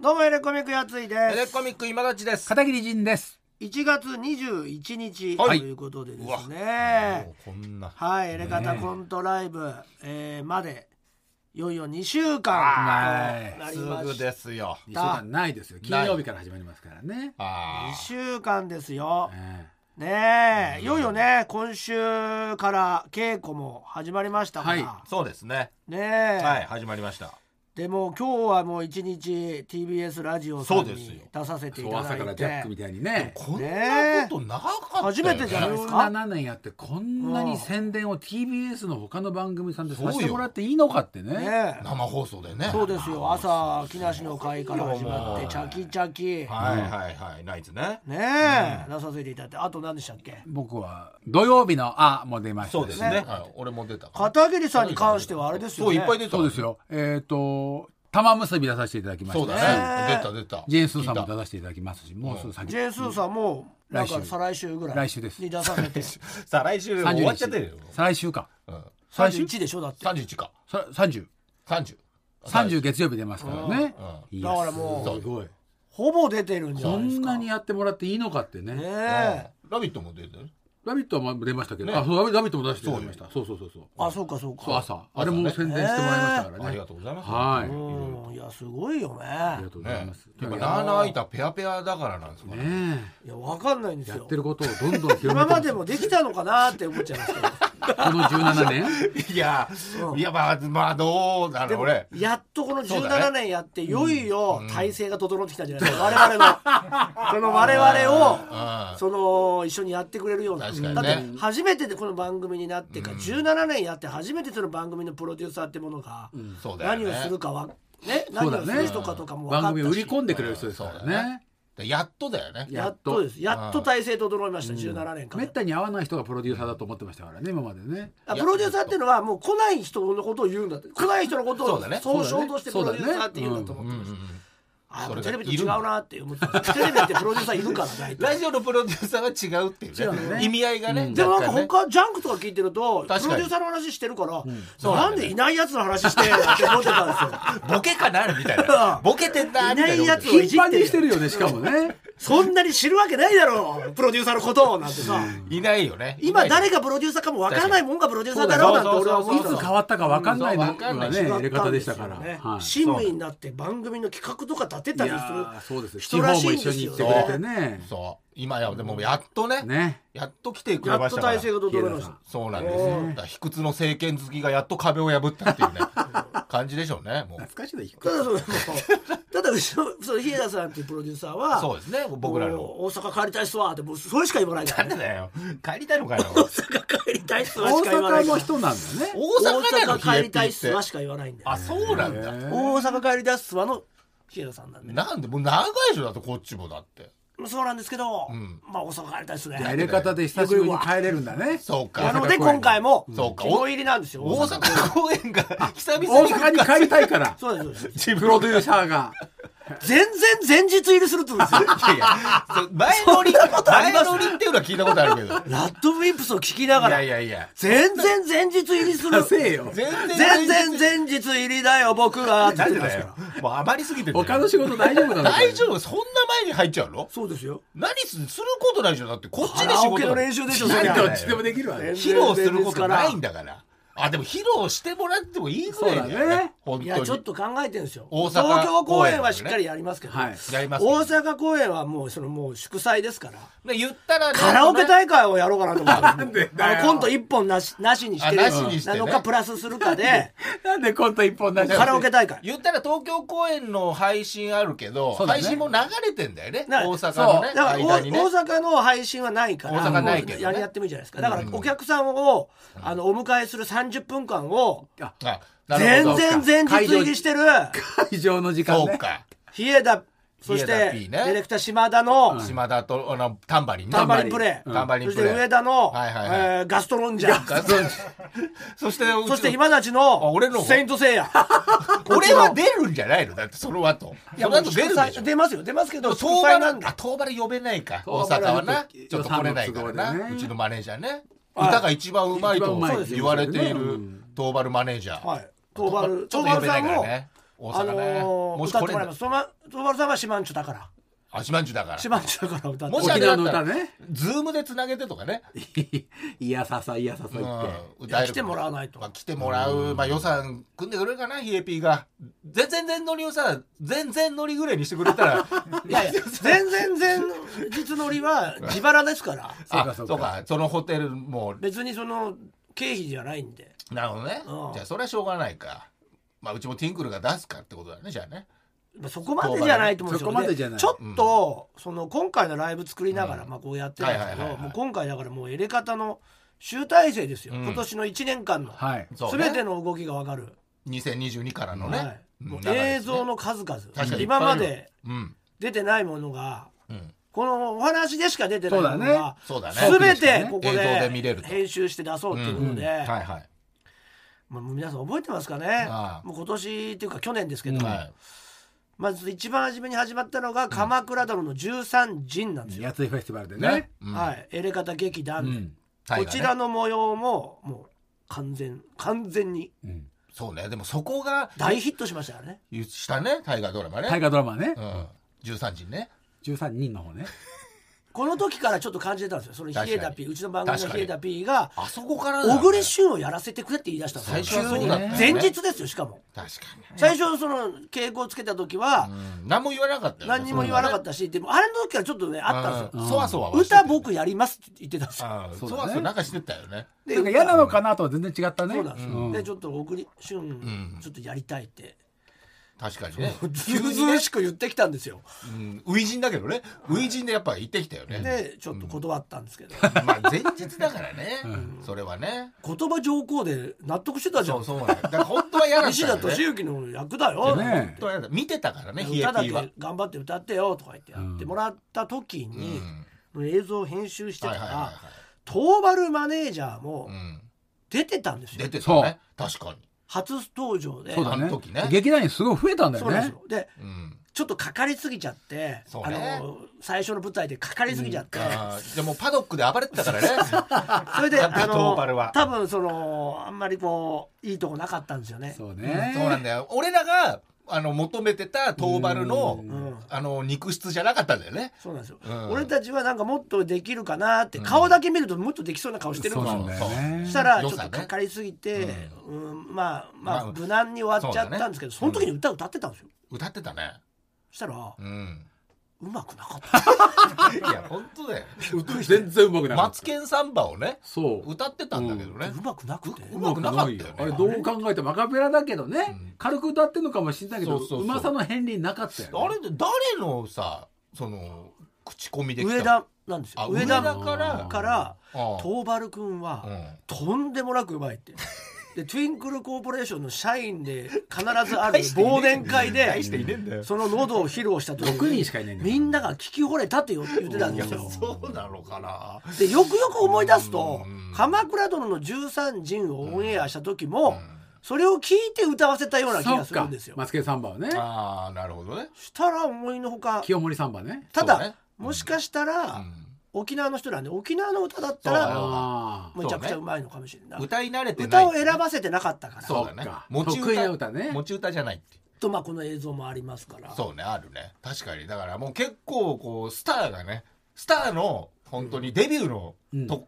どうもエレコミックやついでエレすコミック今立ちです。片桐仁です。 1月21日とはいいうことででうわすねもうこんな。はいエレカタコントライブ、えーまでいよいよ2週間となりすまぐしですよ。 2週間ないですよ。金曜日から始まりますからね。あ2週間ですよえねえいよいよね今週から稽古も始まりましたから、はあ、そうですね。ねえ、はい、始まりました。でも今日はもう一日 TBS ラジオさんそうですよに出させえていそうた朝だからいジャッてクみたいにね。こんねなえことなかったよね。初めてじゃないですか17年やってこんなに宣伝を TBS の他の番組さんでさせてもらっていいのかってね。ねえ生放送でね。そうですよ朝木梨の会から始まっもてうチャキチャキはいはいはい、ナイツね。ねえ、出させていただいてあと何でしたっけ僕は土曜日の「あ」も出ましたしそうですね。はい俺も出たから。片桐さんに関してはあれですそよう、ねいっぱい出た。そうです。よ。えっ、と玉結び出させていただきましたそうね。だね。出た出た。ジェーンスーさんも聞い出させていただきますし、もうすぐ先ジ。ェーンスーさんもなんか来週再来週ぐらい 来週ですに出させてたさあ、来週終わっちゃってるよ。再来週か。最終1でしょだってだ三十一か。さ30。三十。 30月曜日出ますからね。いやからもうすごい。ほぼ出てるんじゃこないですんかなにやってもらっていいのかってね。ねはい。えラビットも出てる。ラビットは出ましたけど、ねあ、そう、ラビットも出していただきました。そうそうそうそう。あそうかそうかそう朝、あれも宣伝してもらいましたからね。ありがとうございます。はいねうんいやすごいよあねりがとうございやっます。ぱラーナー空いたペアペアだからなんですかね。ねいやわかんないんですえ、やっよてることをどんどん広めて。今までもできたのかなって思っちゃいますけどこの17 年。いや、いや、まあ、まあ、どうだろう、俺。やっとこのそうだ17ね年やって、いよいよ体制が整ってきたんじゃないですか、我々のその我々をうんその一緒にやってくれるような確かにだねって初めてでこの番組になってから、17年やって初めてその番組のプロデューサーってものが、そうだよ何ね。をするかは、ね、そ何うだをねする人かとかも分か番っ組を売りたし込んでくれる人ですからそうだねね。でやっとだよね。やっとですやっと体制整いました、17年間めったに会わない人がプロデューサーだと思ってましたからね、今までね。あプロデューサーっていうのはもう来ない人のことを言うんだって来ない人のことそうをだね総称としてプそうロだデねューサーって言うんだと思ってました、あそれテがレビと違うなって思ってますテレビってプロデューサーいるから 大体ラジオのプロデューサーが違うっていう違うね。意味合いがね。でもなんか若干ね他ジャンクとか聞いてるとプロかにデューサーの話してるから、そうななんんだよねでいないやつの話してって思ってたんですよボケかなみたいな。ボケてんなみたいな。いないやつ頻繁にしてるよね、しかもね。そんなに知るわけないだろうプロデューサーのことをなんてさいないよね。今誰ががプロデューサーかもわからないもんがプロデューサーだろうなんて俺は思いってつた変わったかわかんないのうんそうわかんながいね、入れった方んですしたよから。ねはい親身になって番組の企画とか立てたいりすやーるそうですよ地人方らもしいんです一よ緒に行ってくれてねそう。今や、でもやっとね。ねやっと来てくやれっましとたから体制が整いまし平田さたんそうなんですよ。だから卑屈の政権好きがやっと壁を破ったっていうね。感じでしょうね。もう。懐かしいな低ただそくのただ後ろその日枝さんっていうプロデューサーはそうですね。僕らの。もう大阪帰りたいっすわってもうそれしか言わないかならんねでだよ。帰りたいのか よ。大阪帰りたいっすわ大しか言わないか阪のら人なんだね大阪な大の阪帰りたいっヒすエピわってしか言わないんだよあ、そうなんだ。大阪帰りたいっすわの日枝さんなんでなんでもう長いでしょだってこっちもだってそうなんですけど、んまあ大阪帰りたいっすね入れ方で久しぶりに帰れるんだねそうかなので今回もそうか肝入りなんですよ大阪公演が久々大に阪に帰りたいからそうですそうです自プ分ロデューサーが全然前日入りするって言うんですよ いやそう前乗りことあり前ます乗りっていうのは聞いたことあるけどラッドウィンプスを聞きながいらやいやいや全然前日入りする稼いよ全全然前日入りだよ僕はって言なっんてでますだかよらもう余りすぎてる他の仕事大丈夫なのか大丈夫そんな前に入っちゃうのそうですよ何するすることないでしょだってこっちカでラ仕オケ事の練習でしょなそいりんゃだよどっちでもできるわね披露することないんだからあでも披露してもらってもいいぐらいだそうよだねね本い当やにちょっと考えてるんですよ大阪東京公演はしっかりやりますけど、はいやり大ますけど阪公演はもうそのもう祝祭ですからね言ったらねカラオケ大会をやろうかなと思ってますんでだあよのコント一本なしなしにしてあなしにしてねのかプラスする かでなんでコント一本出してカラオケ大会言ったら東京公演の配信あるけど、そうだね配信も流れてんだよねだか大ら阪のねだから間にね大大阪の配信はないから大阪ないけどねややってもいいじゃないですかだからお客さんをあのお迎えする30分間をあなる全ほど然前日入りしてる会場の時間そうねか日枝そして日枝 P デねィレクター島田の島田とあのタンバリンねタンバリンプレイ、タンバリンそプしてレイ上田の、はいはいはいえーガストロンジャーガストン そしてう ちそして今立ちのあ俺の方セイントセ イヤ俺は出るんじゃないのだってその後その後出るでしょ出ますよ出ますけでども東東西原なんだあ東原呼べないか大東阪原はなちょっとちょっと来れないからな、予算の都合でねうちのマネージャーねはい歌が一番うまい一番とうまいって言われていそうですよるね東原マネージャー、はい東原ちょっと呼べないから東原さんね大大あ阪のね、ーもし歌っこてれもらいますそばそばるさんは四万十だからあしまんじゅうだから四万十だから歌ってもし沖あれだ縄っのた歌らねズームでつなげてとかね、いやささいやささう言って、ん、歌える来てもらわないとまあ、来てもらう、まあ、予算組んでくれるかなヒエピーが全然全乗りをさ全然乗りぐらいにしてくれたら いやいや全然前日乗りは自腹ですからそうかあそうかそうかそのホテルも別にその経費じゃないんでなるほどね、うんじゃあそれはしょうがないかまあうちもティンクルが出すかってことだねじゃあねまあそこまでじゃないと思うんですよそこまでじゃないちょっと、その今回のライブ作りながら、うんまあこうやってるんですけど、はいはいはいはいもう今回だからもう入れ方の集大成ですよ、うん今年の1年間の、はいそうね全ての動きが分かる、 2022からのね、はいうんもう流れですね映像の数々、確かに今までうん出てないものがうんこのお話でしか出てないものそうだねが、そうだね全てここ映像で見れでると編集して出そうということで、うんはいはいまあ、もう皆さん覚えてますかねああもう今年っていうか去年ですけど、はいまず一番初めに始まったのが「鎌倉殿の13人」なんですよ。やついフェスティバルでねね、うんはい、エレカタ劇う団、ん、大河ねこちらの模様ももう完全完全にうん、そうねでもそこが大ヒットしましたからねしたね大河ドラマね大河ドラマね、うん、13時ね13人の方ねこの時からちょっと感じてたんですよその確かにヒエダピーうちの番組の確かヒにエダピーがあそこから小栗ュ旬をやらせてくれって言い出したんですよ最初は急にそうだったよね前日ですよしかも確か最初その稽古をつけた時はに、うん、何も言わなかったよ、ね、何にも言わなかったたしでもあれの時からちょっとねあったんですよよそわそわはしてた歌よ僕やりますって言ってたんですよああそそううだねわそわなんかしてたよねでなんか嫌なのかなとは全然違ったねそうなんですうよんでちょっと小栗旬んちょっとやりたいって確かにねずうずうしく言ってきたんですようん初陣だけどね初陣でやっぱ行ってきたよねでちょっと断ったんですけどまあ前日だから ね、それはね言葉上皇で納得してたじゃそうんそうねだから本当は嫌だった西んだ田よね敏行の役だよ、ね本当は嫌だ見てたからねヒエピ歌だーはけ頑張って歌ってよとか言ってやってもらった時に、映像を編集してたはいはいはいはら東原マネージャーもい、うん、出てたんですよ出てたね確かに初登場でそうだねあの時ね劇団員すごい増えたんだそようなんですねよでうんちょっとかかりすぎちゃって、そうあねの最初の舞台でかかりすぎちゃって、あーじゃあもうパドックで暴れてたからねそ れでやっぱりあの東原は多分そのあんまりこういいとこなかったんですよね。そううんねそうなんだよ俺らがあの求めてたトーバルのうんあの肉質じゃなかったんだよねそうなんですよ、うん俺たちはなんかもっとできるかなって、顔だけ見るともっとできそうな顔してるそかうらなんだよねしたらちょ良っとさねかかりすぎて、うんまあままああ無難に終わっちゃったんですけどそ,、そうのだね時に歌歌ってたんですよ歌ってたねそしたらうんうまくなかったいや本当だよ全然うまくなかマったツケンサンバをねそう歌ってたんだけどね、うまくなくてうまくなかったよねあれどう考えてもアカペラだけどね、うん軽く歌ってんのかもしれないけどそうそうそうまさの片鱗なかったよ、ね、あれって誰のさその口コミで来た上田なんですよあ上上田田かかららああ東原君うは、んとんでもなくうまいって。でトゥインクルコーポレーションの社員で必ずある忘年会で大していねえんだよその喉を披露した時6人にしかいないんだよみんなが聞き惚れたって言ってたんいでやすよ。そうなのかなでよくよく思い出すとう「ん鎌倉殿の13人」をオンエアした時も、うんそれを聞いて歌わせたような気そがっするかんですよ。マツケンサンバはねああなるほどねしたら思いのほか清盛サンバねただ、そうねもしかしたら、うん沖縄の人なんで沖縄の歌だったそうだらよああむちゃくちゃうまいのかもしれない。歌い慣れてない歌を選ばせてなかったからそうだねそっか持ち得意歌な歌ね持ち歌じゃないってとまあこの映像もありますからそうねあるね確かにだからもう結構こうスターがねスターの本当にデビューのうんと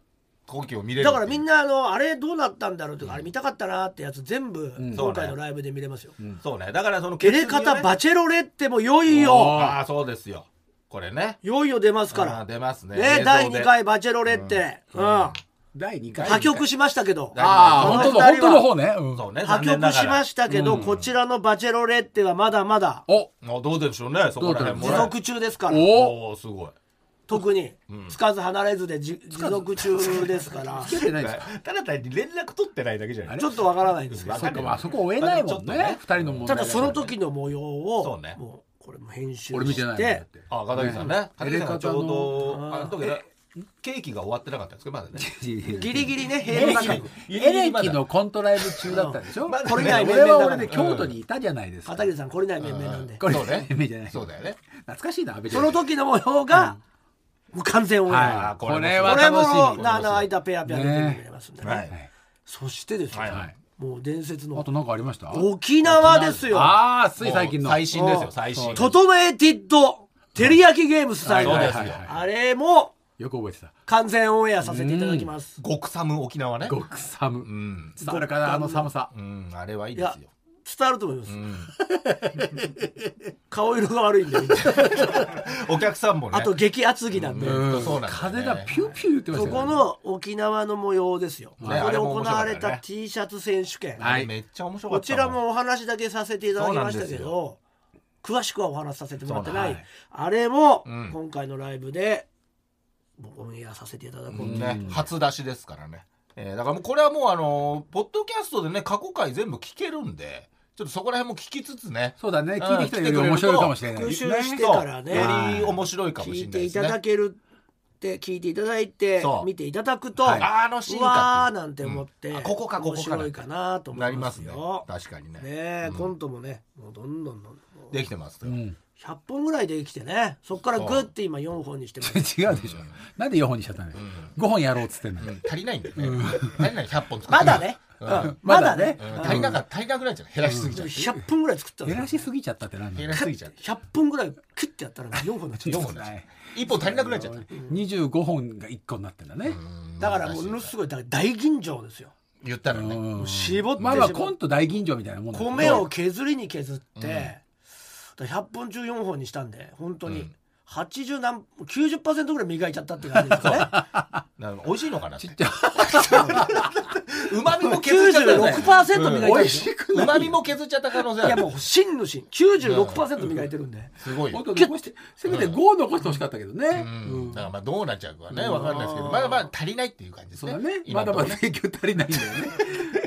時を見れるだからみんななあのあれどうなったんだろうとか、あれ見たかったなってやつ全部ん今回のライブで見れますよ。そうねだからそのエレカタバチェロレッテもいよいよああそうですよこれねいよいよ出ますかあーら。出ますね映像ねで第2回バチェロレッテ、うん第2回破局しましたけど第二回ああこの本当の二本人当はの方ね、うんそうね破局しまししたけど、こちらのバチェロレッテはまだまだおあどうでしょうねそこら辺持もね続中ですからおおおすごい特につかず離れずでじ持続中ですからつけてないですかただ単に連絡取ってないだけじゃないちょっとわからないんですけどわかそんっなかいまあそこ追えないもんちょっとねね二人の問題ただからだその時の模様そをうねもうこれも編集俺見てないしもんだっててあ片桐さんね片桐さんがちょうどあの時ねケーキが終わってなかったんですけどまだねギリギリねエ平均レ価格キエレキのコントライブ中だったでしょ、まだねこれが俺は俺で京都にいたじゃないですか、片桐さんこれない面々なんでこれそう ね夢じゃないそうだよね懐かしいな安倍ちゃそんの時の模様がもう完全オンエはいアーこれこはこれも楽しなあの間ペアペアで全部見れますんではねいそしてですはいはねいもう伝説あのと何かありました沖縄ですよああつい最近の最新ですうんよ最新トトメイティッド照り焼きゲームスタイル、そうですよあれもよく覚えてた完全オンエアさせていただきます極寒沖縄ね極寒うん伝わるかなあの寒さうんあれはいいですよ伝わると思います、うん顔色が悪いんでみんなお客さんもねあと激厚着なんで、うんそうなんだよね風がピューピュー言ってましそたよこの沖縄の模様ですよ、こねこあでれも行面白かわったねれた T シャツ選手権、はいめっちゃ面白かこったちらもお話だけさせていただきましたけそうど詳しくはお話しさせてもらってない、そうなんであれもうん今回のライブでもうオンエアさせていただこうと、ね初出しですからねえーだからもうこれはもうあのーポッドキャストでね過去回全部聞けるんでちょっとそこら辺も聞きつつねそうだねん聞いてきたより面白いかもしれない復ね習してからねそうより面白いか聞もしれいないてでいすただねけるって聞いていただいてそう見ていただくと、はいうあの進う化っていうわーなんて思って、うんあここかここか面白いかなと思ないりまますすねよ。確かにねねえ、コントもねもうどんどんどんどんできてますようん100本ぐらいできてねそっからグッて今4本にしてます 違うでしょなんで4本にしちゃったのよ5本やろうっつってんのうん足りないんだよね足りない100本作ってまだね、うんまだね、うん足りなか足りなくなっちゃう減らしすぎちゃって100本ぐらい作ったんで減すよらしすぎちゃったってなんだ減よらしすぎちゃって100本ぐらいクッてやったら4本に なっちゃ4う本だ1本足りなくなっちゃった25本が1個になってんだねだからものすごいだから大吟醸ですよ言ったらねうん絞ってまあまあ絞っコてント大吟醸みたいなもんだけど米を削りに削って、だから100本中4本にしたんで本当に80何90%ぐらい磨いちゃったって感じ ですかな美味しいのかなってちっちゃうまみもね削っちゃったよね96%磨いてるんで美味すよしくうまみも削っちゃった可能性いあやるもう真の真96%磨いてるんで、すごいもよっと残してせめて5残してほしかったけどねうんだからまあどうなっちゃうかはねわかんないですけどまだまだ足りないっていう感じですそうねだね。今まのだとこまねだ請求足りないんだ よね。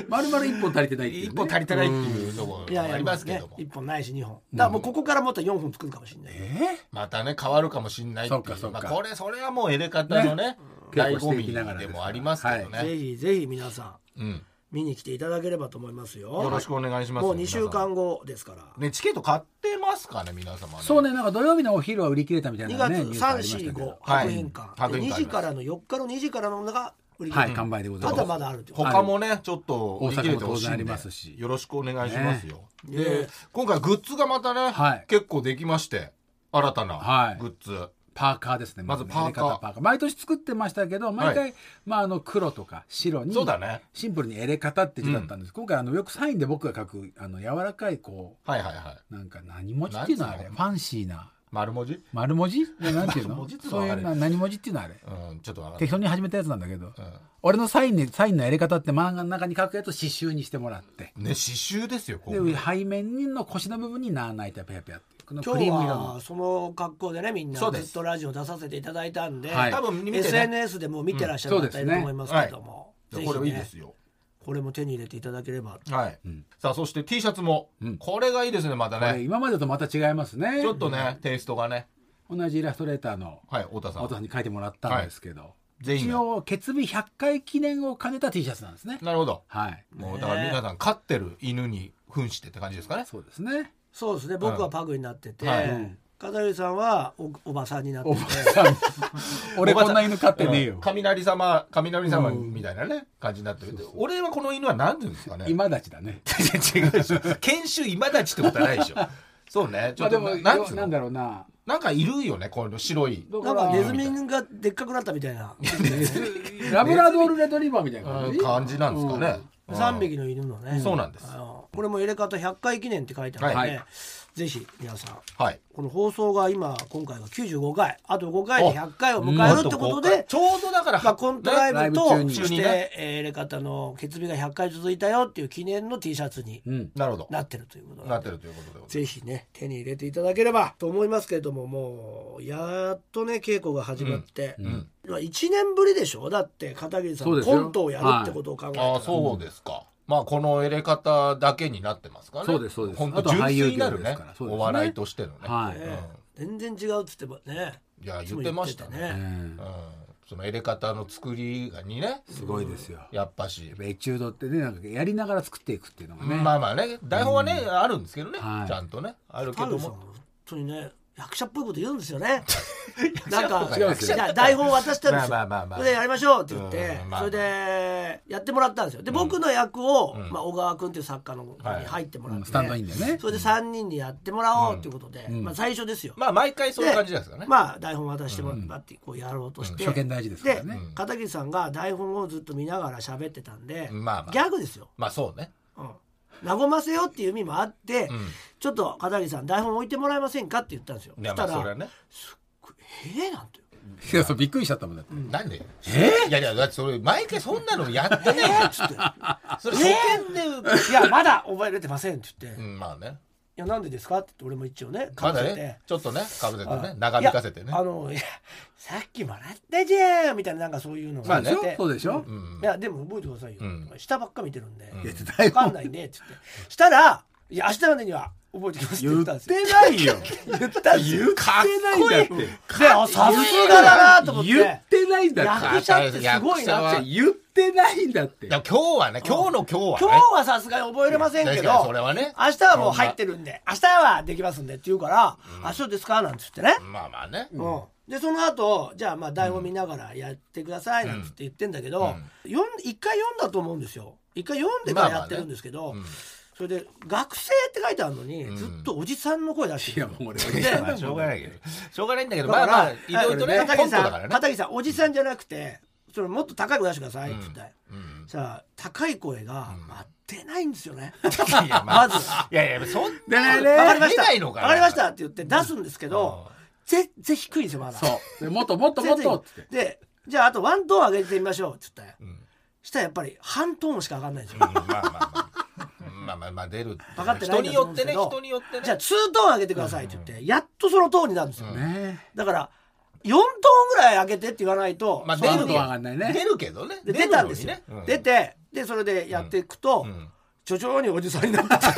まるまる一本足りてないっていうね。一本足りてないっていうとこいろやいもやありますけども1本ないし2本だからもうここからまた4本作るかもしれない、えまたね変わるかもしんないっていそうかそううまかあこれそれはもうエレカタのね稽醍古し醐ていきながら味でですからもありますけどぜねひぜひ皆さんうん見に来ていただければと思いますよよろしくお願いしますもう皆2さん週間後ですからねチケット買ってますかね皆様そうね、なんか土曜日のお昼は売り切れたみたい2な月ね。ニュースありましたけ345どはい白変館、白で変館あり2ます時からの4日の2時からのが売り切れ、はい、完売でござまいます。だまだあるという他もねちょっと大阪も売り切れてほしい当然あんりでますしよろしくお願いしますよ、ねねで今回グッズがまたね、はい結構できまして新たなはいグッズ、パーカーですね。まずねパーカー入れ方毎年作ってましたけど、毎は回、まあ、あの、黒とか白に、そうだねシンプルにエレ方って字だったんです。今回、あの、よくサインで僕が書く、あの、柔らかい、こはいはいはい。う、なんか何文字っていうのはあれ、なフんつうァンシーな。丸文字 丸文字なんてい丸うの文字ってのそうはあれいうな何文字っていうのはあれ。うん、ちょっとわかんない適。当に始めたやつなんだけど、ん俺のサインにサインのやり方って漫画の中に書くやつを刺繍にしてもらってね、刺繍ですよ、こでう。背面の腰の部分にナーナイタペアペアっていうこのク今リ日ーム色のはその格好でねみんなそうですずっとラジオ出させていただいたんで、はい多分見てね SNS でも見てらっしゃる方いると思いますけども、でぜこひれねいいですよ。これも手に入れていただければはい。さあ、そして T シャツも、うんこれがいいですね、またこれね。今までとまた違いますねちょっとね、テイストがね。同じイラストレーターのはい、太田さ青田さん。んに書いてもらったんですけど、全員一が。応決備100回記念を兼ねた T シャツなんですねなるほど。はいもう、だから皆さん、飼ってる犬に扮してって感じですかね。そうですねそうですね僕はパグになってて、はいうん片寄さんはおおばさんになっておてばさん俺こんな犬飼ってねえうんよ、雷様、雷様みたいなね、感じになってる。俺はこの犬は何て言うんですかね。今立ちだね違うでしょ。研修今立ちってことはないでしょ。そうね。ちょまあっでともな、ななんつうんのだろうななんかいるよね、この白い。だなかんからネズミがでっかくなったみたいな ラブラドールレトリバーみたいな感うじん感じなんですかね。うん3匹の犬のねそうなんですあのこれも入れ方100回記念って書いてあるので、はいぜひ皆さんはい。この放送が今今回が95回あと5回で100回を迎えるってことうんでちょうどだから、まあ、コントライブライとブ中そにし中にねて、えー、入れ方の決備が100回続いたよっていう記念の T シャツにうんなるほど。なってるということななのってでるということでございぜひね手に入れていただければと思いますけれどももうやっとね稽古が始まって、まあ1年ぶりでしょだって片桐さんそうですよコントをやるってことを考えたます。あらあ、そうですか。まあ、この入れ方だけになってますからね。そうですそうです本当あとは純俳優粋にな業るですねから。そうですねお笑いとしてのね。はいうん全然違うっつってもねいや、いつ言もってました言ってね。てうんその入れ方の作りがにね、すごいですよ。やっぱしやっ。ぱエチュードってね、なんかやりながら作っていくっていうのがね。まあまあね、台本はね、あるんですけどね。ちはいゃんとね。あるけタどルさんもは。本当にね役者っぽいこと言うんですよ ねなん者っぽかくいはないですよや台本渡したんですよ、まあまあまあまあそれでやりましょうって言って、うんまあそれでやってもらったんですよで僕の役を、うんまあ、小川君っていう作家の方に入ってもらっうんて、スタンドインだよねそれで3人でやってもらおうということで、うんまあ、最初ですよ、まあ毎回そういう感じですかね。まあ台本渡してもらってこうやろうとして、初見大事ですからねで片桐さんが台本をずっと見ながら喋ってたんで、まあまあギャグですよ、まあそうね。うん、和ませようっていう意味もあって、うんちょっと片桐さん台本置いてもらえませんかって言ったんですよいそやしまたあそれらはね。 「ええなんていやそうびっくりしちゃったもんだってなんでえいやいやだってそれ毎回そんなのやってねええっ?」つって「 それ初見で、いやまだ覚えれてません」って言って「ういん、まあねやなんでですか?」って言って俺も一応ねかまだぶせねて。ちょっとねかぶせてあね長引かせていねやあのいやさっきもらったじゃんみたいななんかそういうのまがあっねて、そうでしょう、んいやでも覚えてくださいよ、うん下ばっか見てるんで、いや絶分対かんないねっつってしたら「いや明日までには覚えてきます」って言言っったんてですよないよ言ったんですよかっこいいってであさすがだなと思って言ってないんだって役者ってすごいなって役者は言ってないんだってでも今日はね今日の今日はね今日はさすがに覚えれませんけ確かどにそれはね明日はもう入ってるんで明日はできますんでって言うから「あそうですか」なんつってね、まあまあねうんでその後じゃあまあ台本見ながらやってください」なんつって言ってんだけど、読ん一回読んだと思うんですよ一回読んでからやってるんですけど、うんそれで「学生」って書いてあるのに、んずっとおじさんの声出していやるもう俺いやまあしょうがないけどしょうがないんだけどだかまあら、まあいろいろね片コ桐ントさだん、からね片桐さん、おじさんじゃなくて、それもっと高い声出してくださいって言った、うんさあ、高い声が、まあ、出ないんですよ ね。いやままあずいやいやそんでなねわかりました。出ないのかなわかりましたって言って出すんですけど、全然低いんですよ、まだ。そうでもっともっとも全っ然とってで、じゃあ、あとワントーン上げてみましょうって言ったよ。んしたらやっぱり半トーンしか上がんないんですうんよ。まあまあまあまあまあまあ出る分かってない人んだにと思うんよっでてすけねど人によってねじゃあ、ツートーン上げてくださいって言って、やっとそのトーンになるんですよ。ねだから、4トーンぐらい上げてって言わないと、まあそ出のる出ると上がんないね出るけどねで出たんですよ、出てでそれでやっていくと、徐々におじさんになって「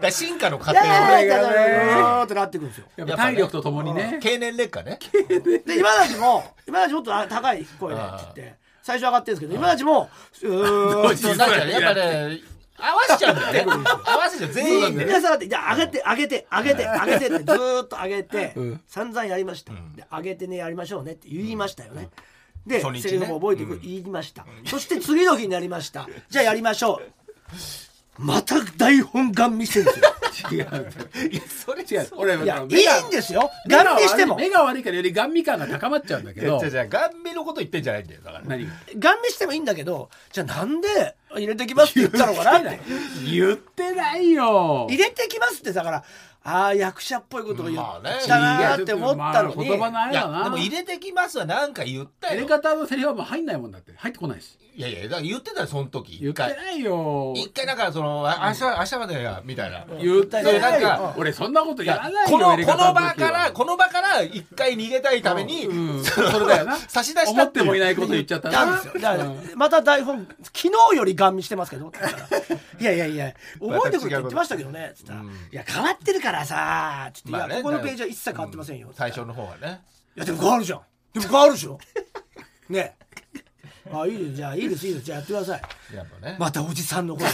て進化の 過いや程いやをねいやいこれがねやいやってなっていくんですよやっぱ体力とともにね経年劣化ねで今立ちも今立ちもっと高い声でって言って最初上がってるんですけど今立ちも「うーん」 そうなんかねやっぱね合わせちゃうんだよね合わせちゃう全員でみんねな下がって、じゃあ上げて、上げて、上げて、上げてってずーっと上げて、散々やりました。で、上げてね、やりましょうねって言いましたよね。で、初日ねセリフも覚えてくる、言いました。そして次の日になりました。じゃあやりましょう。また台本ガン見せるんですよ。違いうやそれ違う俺いや、いいん目がですよ。ガン見しても。目が悪いからよりガン見感が高まっちゃうんだけいやど違う違うガンビのこと言ってんじゃないんだよだから何ガン見してもいいんだけど、じゃあなんで入れてきますって言ったのかなって。言ってないよ入れてきますってだから、ああ、役者っぽいことを言っただなーって思ったのまあに。言葉のあいれだやなでも入れてきますはなんか言った入よれ方のセリフはもう入んないもんだって入ってこないしいやいやだから言ってたよその時一言って回ないよ一回なんかそのあ明日明日までやみたいな言ってそうななんいかよ俺そんなこといややらないこよのこの入れ方場時はからこの場から一回逃げたいためにうんそのそうだよな差し出した思っていうもいないこと言っちゃったなんなですよ。だから、また台本、昨日よりガン見してますけどって言ったら、いやいやいや、覚えてくるって言ってましたけどね、つったら、いや、変わってるからさ、つって、いまや、あねここのページは一切変わってませんよ。最初の方はねいや、でも変わるじゃん。でも変わるでしょ。ねえ。あ、いいです、じゃあ、いいです、いいです、じゃあやってください。やっぱねまたおじさん の声。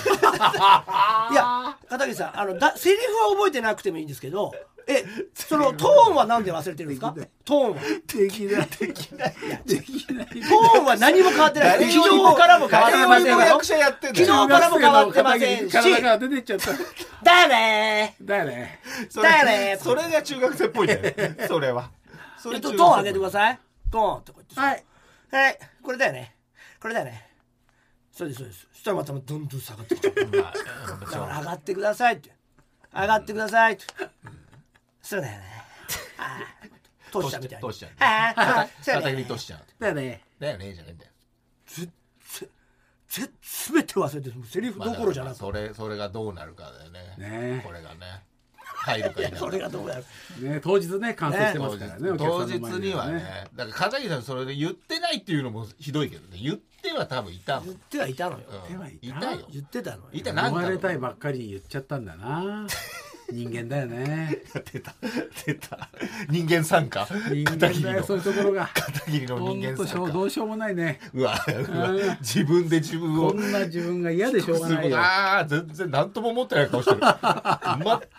いや、片桐さん、あの、だ、セリフは覚えてなくてもいいんですけど、え、そ のトーンはなんで忘れてるんですかトーンは。できないできないできないトーンは何も変わってない。誰よ昨りも日からも変わってません誰よりもよ役。者やってんだ昨日よからも変わってませんし体から出てっちゃった誰だねそれ誰それが中学生っぽいんだよそれはそえっれと、中トーン学上生げってくだいさい。トーンってこうやっはいて。はい。これだよね。これだよね。そうです、そうです。そしたらまたどんどん下がってきちゃう。まあだから上がってくださいって。上がってくださいって。そうだよね。ああ。トシちゃんみたいに。トシちゃんトシちゃんああああ。そうだ片よ桐ねと。しちゃんだねだよねじゃねえんだよぜ全て忘れてる。もうセリフまあどころじゃなくて。それそれがどうなるかだよねねこれがね入るかいいや、それがどうやる。ね当日ね完成してますからねお客当さん日の前にはねだから片桐さんそれで言ってないっていうのもひどいけどね言っては多分いたもん、う言んってはいたのよ。言ってはいたいたよ言ってたのよい。たなん思わかれたいばっかりに言っちゃったんだな人間だよね。 出た出た人間参加人間片桐だのよ、そういうところが。片桐のほ人ん間としょ参う、加どうしようもないね。うわうわうん自分で自分こをんな自分が嫌でしょうがないよ。ああ全然何とも思ってない顔してる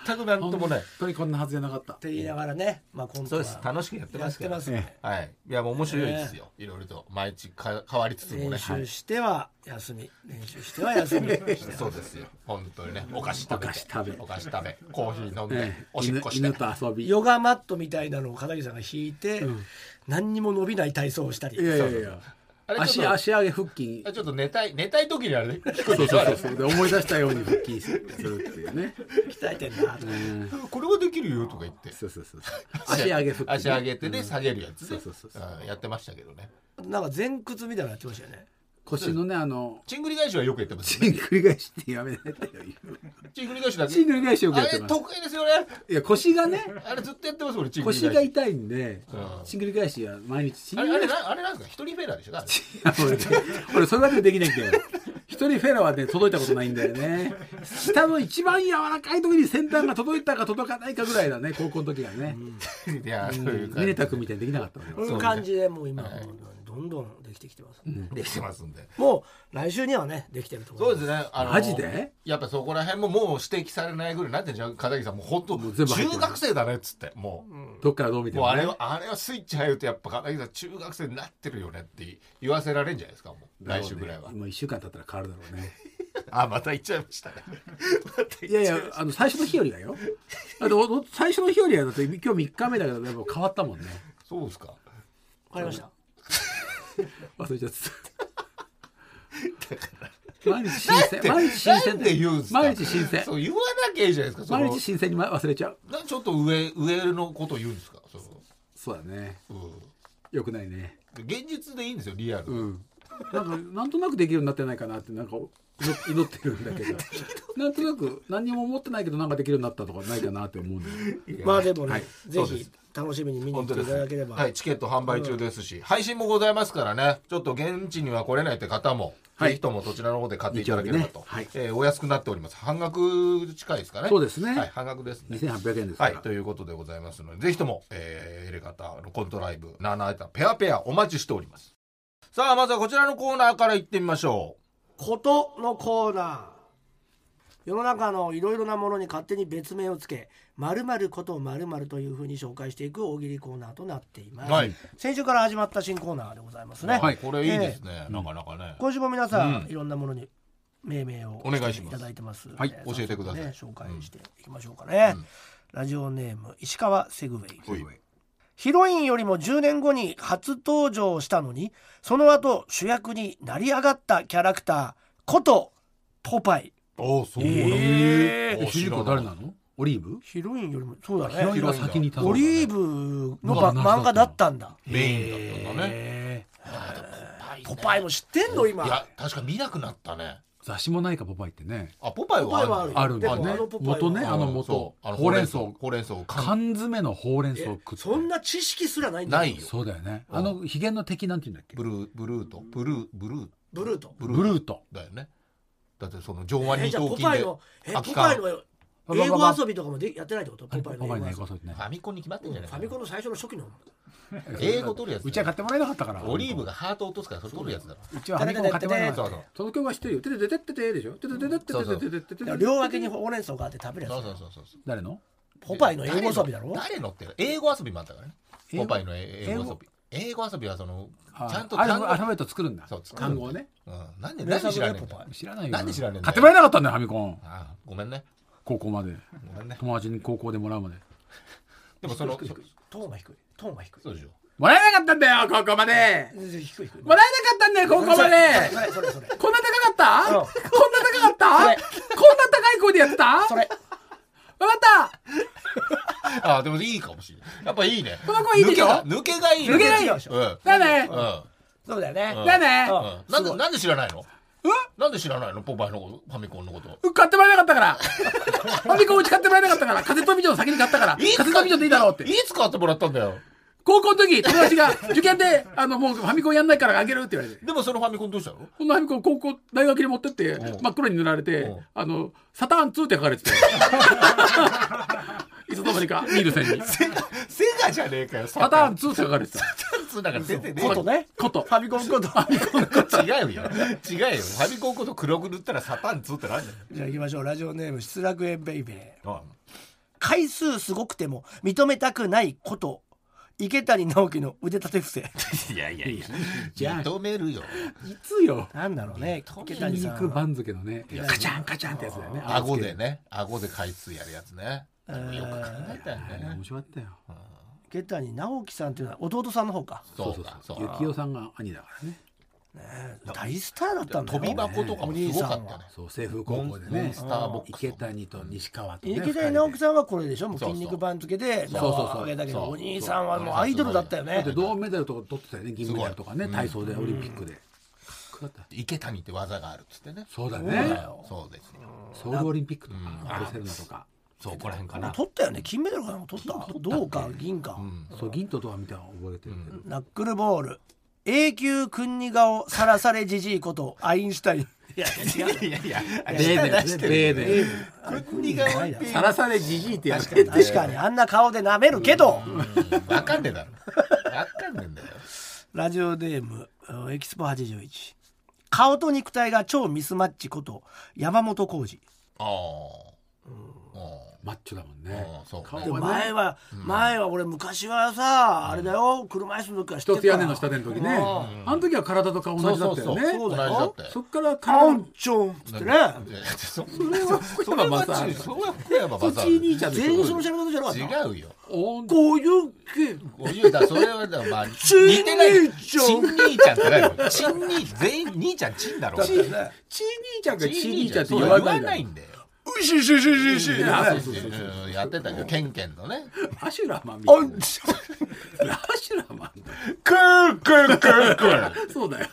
全く何ともない本当にこんなはずじゃなかった。て言いながらね、まあ、コントそうはです楽しくやってやまっすけてどますんでえはいいやもう面白いですよいろいろと毎日か変わりつつもね練は習いしては休み練習しては休み そうですよ本当にねお菓子食べてお菓子食べお菓子食べコーヒー飲んでええおしっこして犬犬と遊び。ヨガマットみたいなのを片桐さんが引いて、何にも伸びない体操をしたりいやいやいや。あれち足ょっ足上げ腹筋と。ちょっと寝たい寝たい時にあれね聞こえそてうしまそううそうそう。で思い出したように腹筋するっていうね。鍛えてんなとか、うんこれができるよとか言ってそうそうそうそう。足上げ腹足筋。上げてね下げるやつそでうそうそうそううんやってましたけどねなんか前屈みたいなのやってましたよね腰のねあのちんぐり返しはよくやってますよチン繰り返しってやめないでよ。ちんぐり返しだけチン繰り返しよくあやってれます。得意ですよねいや腰がねあれずっとやってます俺ちんぐり腰返しが痛いんでう、んチン繰り返しは毎日チンあれ繰りあれ返しなあれなんですか一人フェラーでしょあれ俺 俺それだけできないんだよ一人フェラはね届いたことないんだよね下の一番柔らかい時に先端が届いたか届かないかぐらいだね高校の時はねいやそういう感ミじネタ君みたいにできなかったのよそういう感じでもう今、どんどんできてきてます、できてますんでもう来週にはねできてると思そいうまですねあのマジでやっぱそこら辺ももう指摘されないぐらいになってんじゃん片桐さんもう本当う全部入ってる中学生だねっつってもう、どっからどう見てもうもあれねはあれはスイッチ入るとやっぱ片桐さん中学生になってるよねって言わせられるんじゃないですかもう来週ぐらいは、もう1週間経ったら変わるだろうねあまた行っちゃいましたねまた行っいちゃ やいいましたやあの最初の日よりだよだっておお最初の日よりはだって今日3日目だけどやっぱ変わったもんねそうですかすわかりました忘れちゃってた毎日新鮮毎日新な鮮んで言うんすか毎日新鮮そう言わなきゃいいじゃないですかその毎日新鮮にま忘れちゃうなんでちょっと上上のこと言うんですかそのそうだねうんよくないね現実でいいんですよリアル、うんなんかなんとなくできるようになってないかなってなんか祈祈ってるんだけどなんとなく何にも思ってないけどなんかできるようになったとかないかなって思うんだよねいやまあでもね、はいぜそうでひす楽しみに見に来本て当でいすただければ、はい、チケット販売中ですし、配信もございますからねちょっと現地には来れないって方も、はいぜひともそちらの方で買っていただければと、日曜日ねはいえーお安くなっております半額近いですかねそうですねはい、半額ですね2800円ですかはいら、ということでございますのでぜひとも、えー、エレガタのコントライブナーナーエタペアペアお待ちしておりますさあまずはこちらのコーナーから行ってみましょことのコーナー世の中のいろいろなものに勝手に別名をつけ「まることまるというふうに紹介していく大喜利コーナーとなっています、はい先週から始まった新コーナーでございますう、ね、はい、これいいですね、なかなかね今週も皆さん、うんいろんなものに命名をお願いしますいただいてますはいえー教えてください早速ね紹介していきましょうかね、ラジオネーム石川セグウェイほいヒロインよりも10年後に初登場したのにその後主役になり上がったキャラクターことポパイおおそうなんだええ主人公誰なのオリーブヒロインよりもそうだヒロイねンが先にいたオリーブブのまあば漫画だったんだメインだったんだね、ねポパイも知ってんのい今や確か見なくなったね雑誌もないかポパイってねあポパイはポパあるイはあるよあるんでだもあねのポパイは元ねうんあの元ほうれん草ほうれん草を缶缶詰のほうれん草を食ってそんな知識すらないんだないよそうだよねあのヒゲの敵なんて言うんだっけブルーブルーとブルーブルーブルートブルートだよねだってその上腕え二じゃあ頭ポ筋パイでのえポ空きパイ缶のフ英語遊びとかもでやってないってことあポれパポイパのイ英語遊の英語びそうねァミコンに決まってんじゃないファミコンの最初の初期の英語取るやつうちは買ってもらえなかったからオリーブがハートを落とすからそれ取るやつだろうちはファミコン買ってもらえなかそうっそうたその曲は知ってるよててててててでしょててててててててててて両脇にほうれん草があって食べるやそうつそうそうそう誰のポパイの英語遊びだろ誰のって英語遊びもあったからね英語ポパイの英英語語遊び英語遊びはそのあちゃんとアル単フ語ァアルファベット作るんだそう作るんだ単語をねうんなんでなんで知らねえん名作だよポパだイ知らないよなんで知らねえんだよ買ってもらえなかったんだよファミコンああごめんね高校までご めんね友達に高校でもらうまででもその低い低いトーンが低いトーンが低いそうでしょもらえなかったんだよ高校まで低い低いもらえなかったんだよ高校まそでれそれそれこんな高かったうんこんな高かったこんな高い声でやってたわそかれったああでもいいかもしれないやっぱいいねこの子いいでしょ抜けが抜けがいいね抜けがいいようんうんだねそうだよねだねうんうんなんでなんで知らないのうなんで知らないのポパイのことファミコンのことん買ってもらえなかったから ファミコンうち買ってもらえなかったからカセットビジョン先に買ったからカセットビジョンでいいだろうっていつ買ってもらったんだよ高校の時、友達が受験で、あの、もうファミコンやんないからあげるって言われて。でもそのファミコンどうしたのこのファミコン高校、大学に持ってってうん、真っ黒に塗られてうん、あの、サターン2って書かれてて。いつの間にか、ニールセンに。セガ、セガじゃねえかよ、サターン2って書かれてた。ツなんか出てねえことねことフ。ァミコンこと違うよ。違うよ。ファミコンこと黒く塗ったらサタンツってなんだよ。 じゃあ行きましょうラジオネーム失楽園ベイベーあ回数すごくても認めたくないこと池谷直樹の腕立て伏せあいやいやいや。じゃあ認めるよ。いつよ。なんだろうね池谷筋さ肉ん番付のね、カチャンカチャンってやつだよね。顎でね、顎で回数やるやつね。えよく考えたよあれね面。白かったよ。池谷直樹さんっていうのは弟さんの方か、そうか、そう幸か。代さんが兄だからね。ねえ、大スターだったんだ飛よび箱とかもすごかったよね。そう、西風高校でモンねスターボック。ス池谷と西川とね。池谷直樹ささんはこれでしょもうそう筋そう肉番付でそうそうそう名を挙げたけどそうお兄さんはもうアイドルだったよねで銅メダルとか取ってたよね、銀メダルとかね、すごい体操で、オリンピックで。かっこよかった池谷って技があるっつってね。そうだそうねだ。よそうですよ。ソウルオリンピックとか、アルセルナとか。そうここら辺かもうな。取ったよね金メダルかなんか取った銅か銀か、そう、銀と銅は見たら覚えてるけど。ナックルボール永久君に顔さらされじじいことアインシュタインいやいやいや。レーデンですね、レーデン。国が悪いさらされじじいってやつ。確かにあんな顔で舐めるけど、わかんねえだろ。わかんねえんだよ。ラジオネームうんエキスポ81顔と肉体が超ミスマッチこと山本浩二ああ。あマッチョだもんねうんそう。ね顔ではね前は、前は俺昔はさあれだよ車椅子の時から知ってた一つ屋根の下での時ね。あの時は体と顔同じだったよね。同じだったよ。そっからあ体のんちょんっつってねいやいやそ福それは違うそれは福山そ雅っち治兄ちゃんで全員その知らないじゃなかった違うよ。おんこういう系おゆうだ、それはだ、まあ、似チンてない。ちゃんチン兄ちゃんってないよ。チン兄、全員兄ちゃんチンだろ。チンちい兄ちゃんがちい兄ちゃんってそう言言わわないんだないよんだよ。うしうしうしうしうしあそうそうそううんやってたけど、ケンケンのね。アシュラマンみたいなアシュラマンクークークークー。そうだよ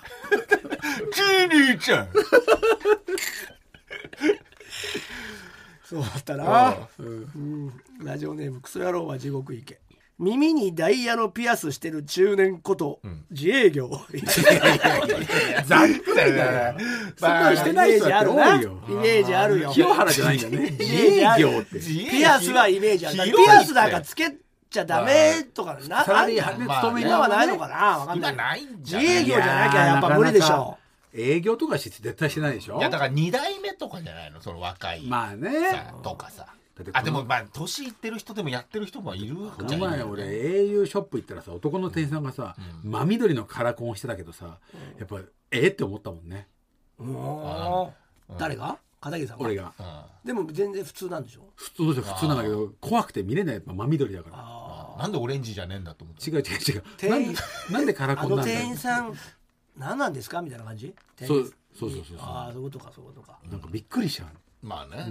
チン兄ちゃん。そうだったなうんラジオネームクソ野郎は地獄行け耳にダイヤのピアスしてる中年こと、自営業ざっくりだよそんなんしてない人だって多いよイメージあるよ清原じゃないんだよね自営業ってピアスはイメージある。だからピアスなんかつけちゃダメとかな。サラリーあん派ねまあ勤め今はないのかなな。わかんない。今ないん自じ営ゃない業じゃなきゃやっぱ無理でしょ営業とかして絶対してないでしょいやだから2代目とかじゃないのその若いまあねさとかさだってこのあでもまあ年いってる人でもやってる人もいるこじゃのん前俺 au ショップ行ったらさ男の店員さんがさ真緑のカラコンをしてたけどさやっぱえって思ったもんねう。もう誰が？片桐さんが。俺がうんでも全然普通なんでしょ。普通の人は普通なんだけど怖くて見れないやっぱ真緑だからなんでオレンジじゃねえんだと思って違う違う違う店員なんでなんでカラあコのンなんだよ店員さん何なんですかみたいな感じ？そう店そうそうそう員そうああそういうことかそういうことか。なんかびっくりしちゃうまあね、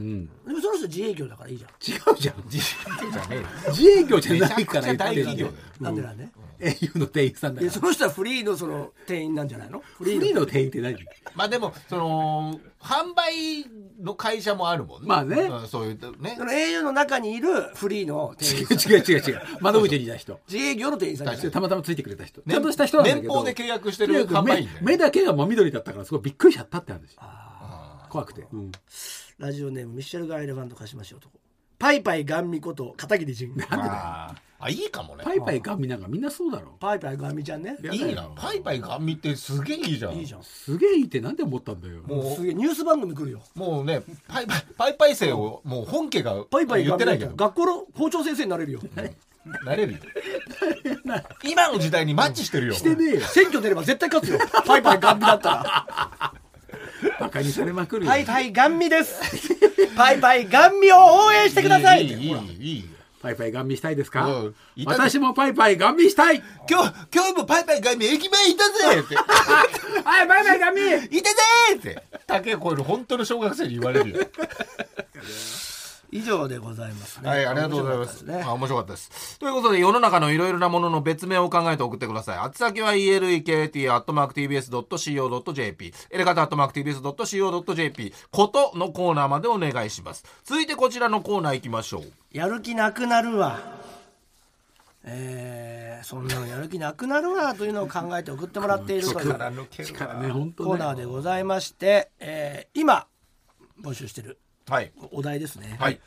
でもその人自営業だからいいじゃん。違うじゃん自営業じゃねえよ自営業じゃないから言めちゃくちゃ大って企ん業だだよなんでなんで？英雄の店員さんだいかやらその人はフリーのその店員なんじゃないの？フフリリーのーの店員って何まあでもその販売の会社もあるもんねまあねうんそういうねその au の中にいるフリーの店員さん。違う違う違う違う窓口にいた人 自営業の店員さんじゃないでたまたまついてくれた人年ちゃんとした人なんだけど年俸で契約してる販売員だよ目目だけが真緑だったからすごいびっくりしちゃったって話怖くて、うん ラジオネームミシェルガン・エレファント貸しましょうとパイパイガンミこと片桐 仁まああいいかもねパイパイガンミなんかみんなそうだろパイパイガンミちゃんねやいいなパイパイガンミってすげえいいじゃんいいじゃんすげえいいってなんで思ったんだよもすげえニュース番組来るようもうねパイパイパイパイ生をもう本家がパイパイ言ガっンミてなないんけてど学校の校長先生になれるよな れるよ今の時代にマッチしてるよしてねえよ選挙出れば絶対勝つよパイパイガンミだった らバカにされまくるよパイパイガンミ ですパイパイガンミを応援してくださいいいいいいいパイパイガン見したいですか、うんいた私もパイパイガン見 したい今日今日もパイパイガンミ駅前いたぜってはい、バイバイガン見いたぜーって竹越える本当の小学生に言われるよ以上でございますねはいありがとうございます面白かったですあね面白かったですということで世の中のいろいろなものの別名を考えて送ってください宛先は elekt.tbs.co.jp エレガタ .tbs.co.jp ことのコーナーまでお願いします続いてこちらのコーナー行きましょうやる気なくなるわえーそんなのやる気なくなるわというのを考えて送ってもらっているという力抜ける力わね本当ねコーナーでございまして、えー今募集してるはいお題ですね、はい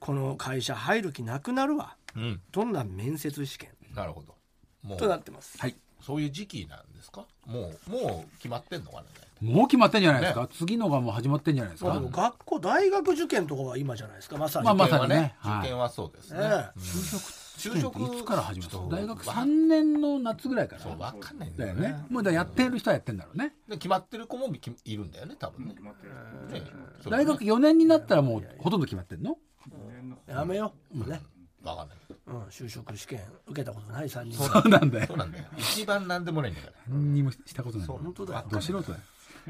この会社入る気なくなるわうんどんな面接試験なるほどもとなっうてます、はいそういう時期なんですかもうもう決まってんのかなもう決まってんじゃないですか、次のがもう始まってんじゃないですまあか、でも学校大学受験とかは今じゃないですかまさに、まあまあ受験はまさにねはい受験はそうですねええ就職いつから始まるちょっのと大学わ3年の夏ぐらいからそうわかんないんだだよよねねもうだからやってる人はやってんだろうねで決まってる子もみきいるんだよね多分ねねそう大学4年になったらもうほとんど決まってんの やめよう、ね、わかんないけどうん、就職試験受けたことない3人そうそうなんだよそうなんだよ一番なんでもないんだから何にもしたことないそう本当だよど素人だ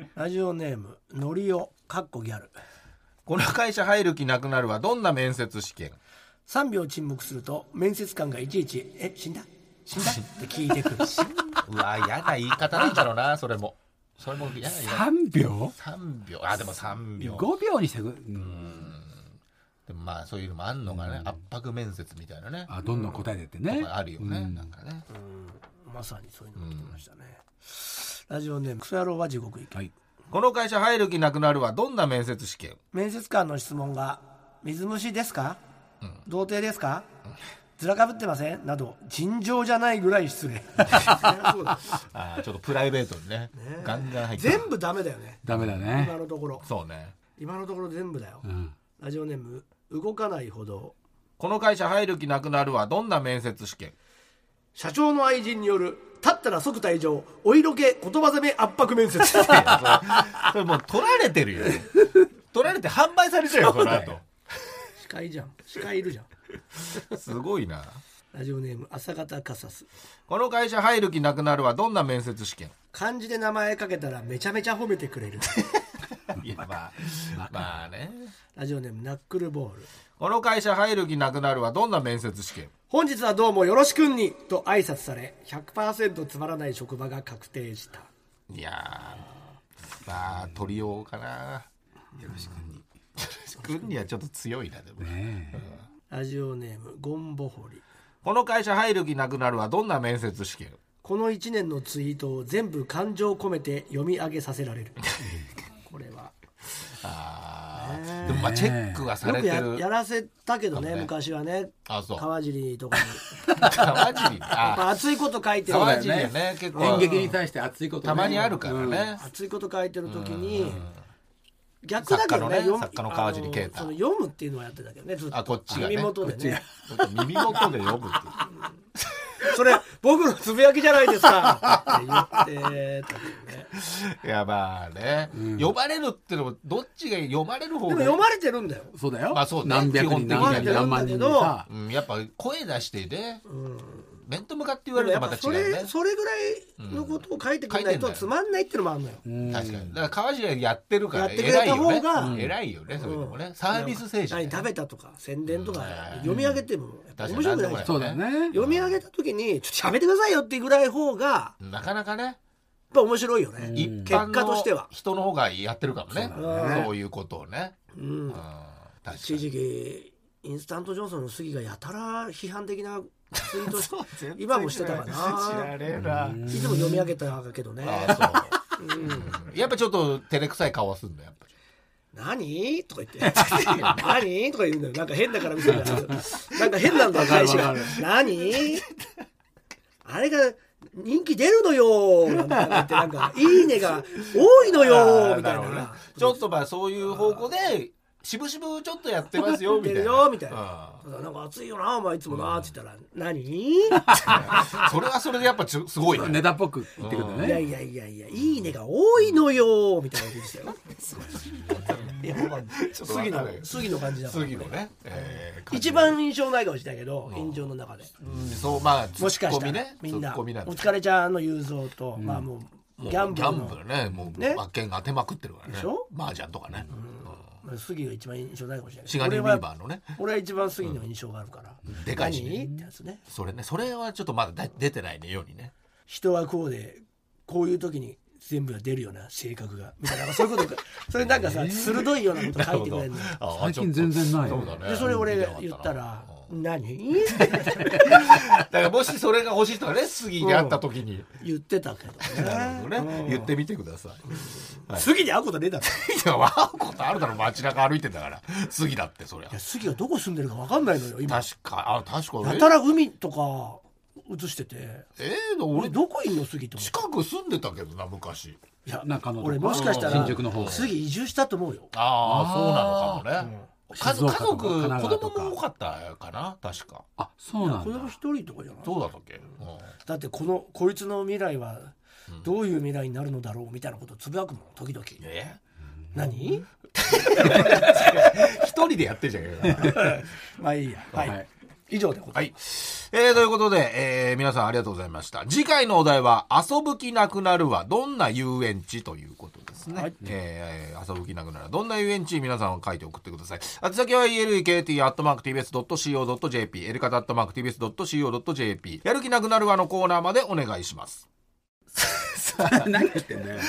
よラジオネームのりおかっこギャルこの会社入る気なくなるはどんな面接試験3秒沈黙すると面接官がいちいち「え死んだ死んだ?」って聞いてくるうわ嫌な言い方なんだろうなそれもそれも嫌な言い方3秒3秒あでも3秒5秒にしてく、うん、でもまあそういうのもあんのかね、圧迫面接みたいなねあどんどん答えてってねあるよね、なんかね、まさにそういうのが来てましたね、ラジオネームクソ野郎は地獄行きはいこの会社入る気なくなるはどんな面接試験面接官の質問が「水虫ですか、童貞ですかずらかぶってません?」など尋常じゃないぐらい失礼あーちょっとプライベートにねガンガン入って全部ダメだよねダメだ今ねのところそうね今のところ全部だよ、んラジオネーム動かない歩道この会社入る気なくなるはどんな面接試 験社長の愛人による立ったら即退場お色気言葉攻め圧迫面接 それもう取られてるよ取られて販売されちゃうよこの後司会じゃん司会いるじゃんすごいなラジオネーム朝方カサスこの会社入る気なくなるはどんな面接試験 漢字で名前かけたらめちゃめちゃ褒めてく れるいやまあまあねラジオネームナックルボールこの会社入る気なくなるはどんな面接試験本日はどうもよろしくんにと挨拶され100%つまらない職場が確定したいやーまあ取りようかなよろしくによろしくにはちょっと強いなでもねえラジオネームゴンボホリこの会社入る気なくなるはどんな面接試験この1年のツイートを全部感情を込めて読み上げさせられ るこれはああでもまあチェックがさよれくてやるやらせたけどねかもね昔はねあそう川尻とか に川尻やっあぱ熱いこと書いてる沢よ尻はね結構演劇に対して熱いことねたまにあるからね、熱いこと書いてる時に逆だけどね作家のね読む作家の川尻啓太あのその読むっていうのはやってたけどねずっとあこっちがね耳元でねちょっと耳元で読むっていう それ僕のつぶやきじゃないですかって言ってたけどねい やまあね、呼ばれるってのもどっちがいい呼ばれる方でもが読まれてるんだよそうだよ、まあそうね何百人基本何的に百人何万人でさうん、やっぱ声出してね、面と向かって言でもやわれるとっぱまたそ違うれねそれぐらいのことを書いてくれないとつまんないってのもあるのよ確かにだから川尻はやってるからやってくれ偉いたよ方ねがうん偉いよね、そういうのもねサービス精神、何食べたとか宣伝とか読み上げてもやっぱ確面かに白何くでないじゃもなんいそうだよね読み上げた時にちょっと喋ってくださいよっていうぐらい方がやなかなかねっぱ面白いよね一結般果としてのは人の方がやってるかもねそうだねそういうことをね、うん確か一に時期インスタントジョンソンの杉がやたら批判的なツイート し然今もしてた かなれないつも読み上げたけどねあそう、うんやっぱちょっと照れくさい顔はすんだやっぱり何とか言って 「何?」とか言うんだよなんか変だから見せるんだけどなんか変なんだよ返しがわかる「何?」あれが人気出るのよなんか言ってなんか「いいね」が多いのよみたいあーるほどねな。ちょっとまあそういう方向で渋々ちょっとやってますよみたい出なるよみたいうんな。ただなんか暑いよなお前いつもなって言ったら「何?」それはそれでやっぱちょすごいねネタっぽく言ってくるんだいやよねいやいやいや、いいねが多いのよみたいな感じでしたよ。いや、わかんないょっとわか杉んないの、杉の感じだから。次のね、えー一、番印象ないかもしれないけど、印象の中で。うんそうまあツもしッかコしたミらね、みんな、ツッおコミなんです疲れちゃんの雄三と、まあもう、もうギャンブギャルンブのルねもうね馬券当てまくってるからねでしょマージャンとかね、うんまあ杉が一番印象ないかもしれない。シガニー・ウ俺ィはーバーのね俺は一番杉の印象があるから。でかいしね何ってやつね。それねそれはちょっとまだ出出てないねようにね人はこうで、こういう時に、全部が出るような性格がみたいななんかそういうこと かそれなんかさ鋭いようなこと書いてくれるのよあー最近全然ないそうだねでそれ俺が言ったらう 何だからもしそれが欲しい人がレッスギーに会った時に、言ってたけどねなるほどねうん言ってみてください杉に会うことねえだろいや、会うことあるだろ、街中歩いてんだから。杉だって、そりゃいや。杉がどこ住んでるか分かんないのよ今確か、あ、確かやにた。ら海とか映しててええー、俺俺、どこいんの杉と思って近く住んでたけどな、昔。いや中野と俺もしかした新ら宿の方杉移住したと思うよああ、そうなのかもね。家静族、家岡とか神族、奈子川とか供も多かったかな、確か。あそうなん子供だ一人とかじゃないどうだったっけ、うんだってこのこいつの未来はどういう未来になるのだろうみたいなことをつぶやくもん時々え何一人でやってんじゃねえかな まあいいやはい、はい以上でござはいい。えー、ということで、えー、皆さんありがとうございました。次回のお題は、遊ぶ気なくなるはどんな遊園地ということですね。はいえー遊ぶ気なくなるはどんな遊園地皆さん書いて送ってください。宛先は elekt.tbs.co.jp、エレカタ .tbs.co.jp、やる気なくなるはのコーナーまでお願いします。 何やってんだよ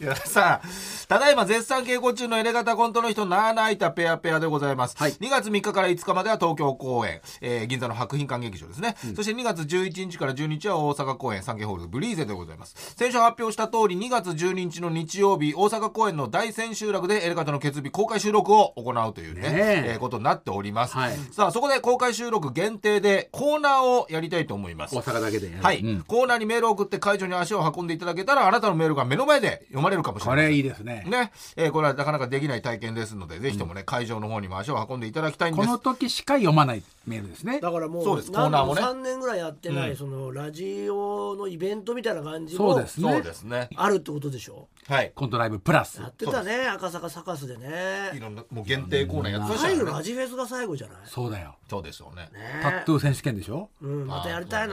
いやさあ、ただいま絶賛稽古中のエレガタコントの人、ナーナイタペアペアでございます。2月3日から5日までは東京公演、えー銀座の博品館劇場ですね。そして2月11日から12日は大阪公演、サンケイホールブリーゼでございます。先週発表した通り、2月12日の日曜日、大阪公演の大千秋楽でエレガタの決日公開収録を行うというね、ねええーことになっております。はいさあ、そこで公開収録限定でコーナーをやりたいと思います大。阪だけではい、うんコーナーにメールを送って会場に足を運んでいただけたらあなたのメールが目の前で読まれるかもしれこませんれいいですねね、えーこれはなかなかできない体験ですので、ぜひともね、会場の方にも足を運んでいただきたいんでこす。の時しか読まないメールですねだからもうそうです何コーナーもね3年ぐらいやってない、うんそのラジオのイベントみたいな感じそうもですそうねですね。あるってことでしょはい。コントライブプラスやってたね赤坂サカスでいねろんな、もう限定コーナーやってました最後からラね。ジフェスが最後じゃないそうだよそうでしょうね。ねタトゥー選手権でしょうん、またやりたいあー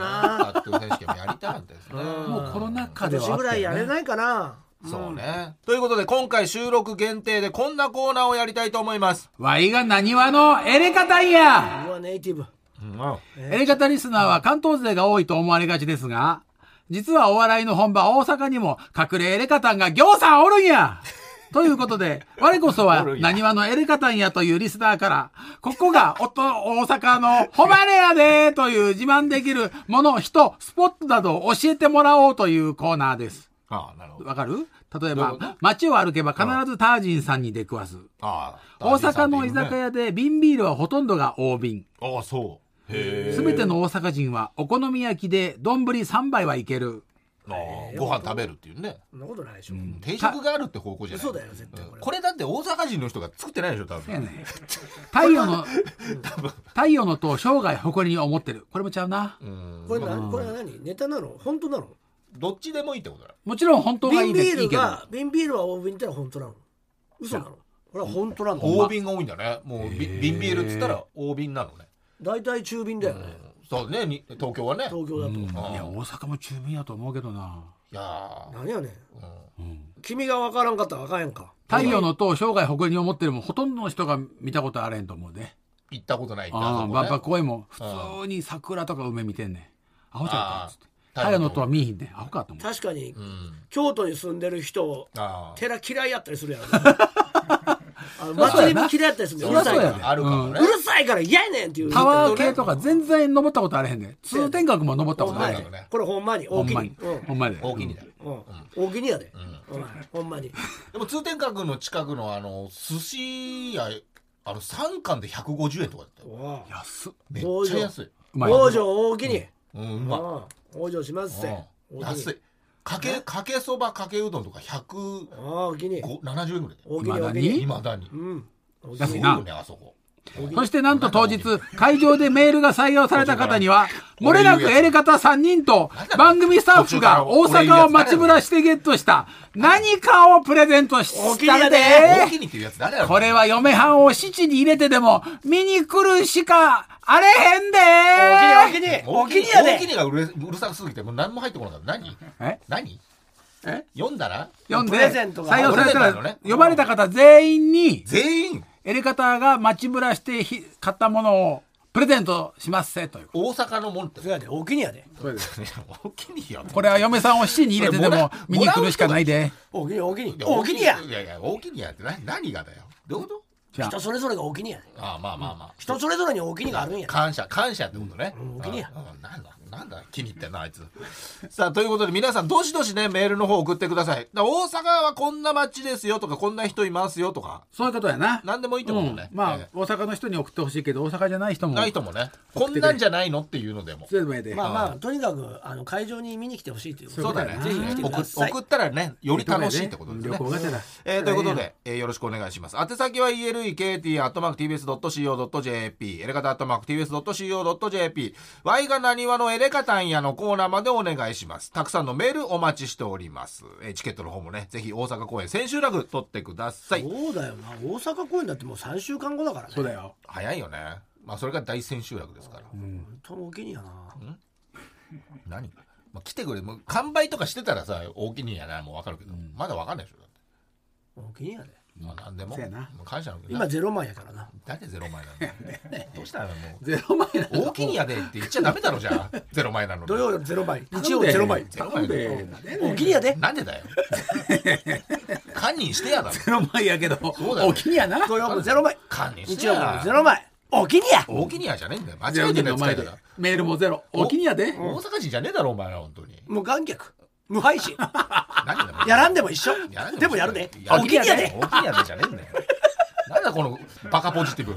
なタットゥー選手権もやりたいんですね。うんもうコロナ禍今ではあ年っぐたらいやよれねないかなそうね。ということで、今回収録限定でこんなコーナーをやりたいと思います。ワイが何話のエレカタイヤうわネイティブエレガタリスナーは関東勢が多いと思われがちですが、実はお笑いの本場大阪にも隠れエレカタンがぎょうさんおるんや ということで、我こそはおるんや何話のエレカタンやというリスナーから、ここがおと大阪の誉れやでという自慢できるもの、人、スポットなどを教えてもらおうというコーナーです。ああ、なるほど。わかる例えなるほどば、街を歩けば必ずタージンさんに出くわす。ああ、大阪の居酒屋で瓶ビールはほとんどが大瓶。ああ、そう。へえ。すべての大阪人はお好み焼きで丼3杯はいける。ああご飯食べるっていうね。そんなことないでしょ、定食があるって方向じゃない。そうだよ絶対これこれだって大阪人の人が作ってないでしょ、多分。太陽の、太陽の塔生涯誇りに思ってる。これもちゃうな。うんこれ何これは何ネタなの本当なのどっちでもいいってことだ。もちろん本当は瓶いいでビーす。いルいけど。が瓶ビールは大瓶ってのは本当なの嘘なのこれは本当な大の瓶が多いんだね。もうビ瓶ビールっつったら大瓶なのね。大体中瓶だよねそうね、に東京はね。東京だといや、大阪も中民やと思うけどな。いや何やねん君が分からんかったら分からんか太陽の塔生涯誇りに思ってるもほとんどの人が見たことあれんと思うで。ー行ったことないんだ。ああ、そこね万博公園も普通に桜とか梅見てんねん。アホちゃうかっつって。ああ太陽の塔は見えひんねん。アホかと思う。確かにうん。京都に住んでる人あ寺嫌いやったりす るやろあの祭りも嫌いやったりするのうるさあ。いからそりゃそうやであるかもうね。るさいから嫌やねんっていうタワー系とか全然登ったことあれへんねん。通天閣も登ったことほんまないやねでん。ねこれほんまにほ大んきまにに。ほんまで。大きにだ。うん大きにやでうんほんまにでも通天閣の近くのあの、寿司屋、あの、3貫で150円とかだったよ。おう安っ。めっちゃ安い。うまい。往生大きにうん、うまうん往生しますいせうん。安い。かけ、かけそば、かけうどんとか170大きに円ぐらいだよ。大きに大き未だにいまだに。うん大きだっすてにごないね、あそこ。そしてなんと当日、会場でメールが採用された方には、漏れなくエレカタ3人と番組スタッフが大阪を街ぶらしてゲットした何かをプレゼントしたる大できにっていうやつ誰やろこれは嫁はんを七に入れてでも見に来るしかあれへ大んきでに大きに大大ききににや大きでにがうるうるさくすぎてもう何も入ってこなかった何え何え読んだら読んで、プレゼントが採用されプたレゼントなのらね、呼ばれた方全員に、全員エレカタが街ぶらしてひ買ったものをプレゼントしますせという。大阪のもんってそうやで大きにやで大きにやこれは嫁さんを七に入れてでそれももらう見に来るしかないで。大きに大きにい大きにやいやいや大きにやって何何がだよどういうことじゃ人それぞれがお気に入りやでああまあまあまあ、人それぞれにお気に入りがあるんやで感謝感謝ってことね、うんお気に入りやうんなんだなんだ気に入ってんなあいつ さあということで皆さんどしどしねメールの方送ってくださいだ大阪はこんな街ですよとかこんな人いますよとかそういうことやな。何でもいいと思うね、うんまあえ、大阪の人に送ってほしいけど、大阪じゃない人えも。ないともねこんなんじゃないのっていうのでもそういうのもええで。まあまあとにかくあの会場に見に来てほしいということそうだでねぜひ来てく送ださい送ったらねより楽しいってことですね旅行がてら。えーということで、えーよろしくお願いします。宛先は elekt.tbs.co.jp、エレカタ .tbs.co.jp、y がなにわのエレカタンやのコーナーまでお願いします。たくさんのメールお待ちしております。えーチケットの方もね、ぜひ大阪公演千秋楽取ってください。そうだよな大阪公演だってもう3週間後だからねそうだよ。早いよね。まあ、それが大千秋楽ですから。本当のお気に入りやな何まあ、来てくれ、もう完売とかしてたらさ、大きいんやな、もうわかるけど、まだわかんないでしょ。だってお気に入りやでまあ、なんでも。そうやなもう感謝の気持ち今ゼロ万やからな誰ゼロ枚なんだよ。どうしたらもう。ゼロ枚な大きにやでって言っちゃダメだろじゃあ ゼロ枚なのに土曜ゼロ倍日曜ゼロ倍ゼロなん枚だよでなんでお気に入りやでなんでだ よ堪忍してやだろゼロ枚やけど、そうだよお気にやな。土曜もゼロ倍堪忍し日て曜や日もゼロ倍お気に入りや大きにやじゃねえんだよ間ゼ違ロえて人ねえの使前い方で。メールもゼロ。お気にやで。大阪人じゃねえだろお前ら本当に無観客無配信何だよやらんでも一緒やらんでもやるでらんお気に入りやで大きにやでじゃねえんだよなんだこのバカポジティブ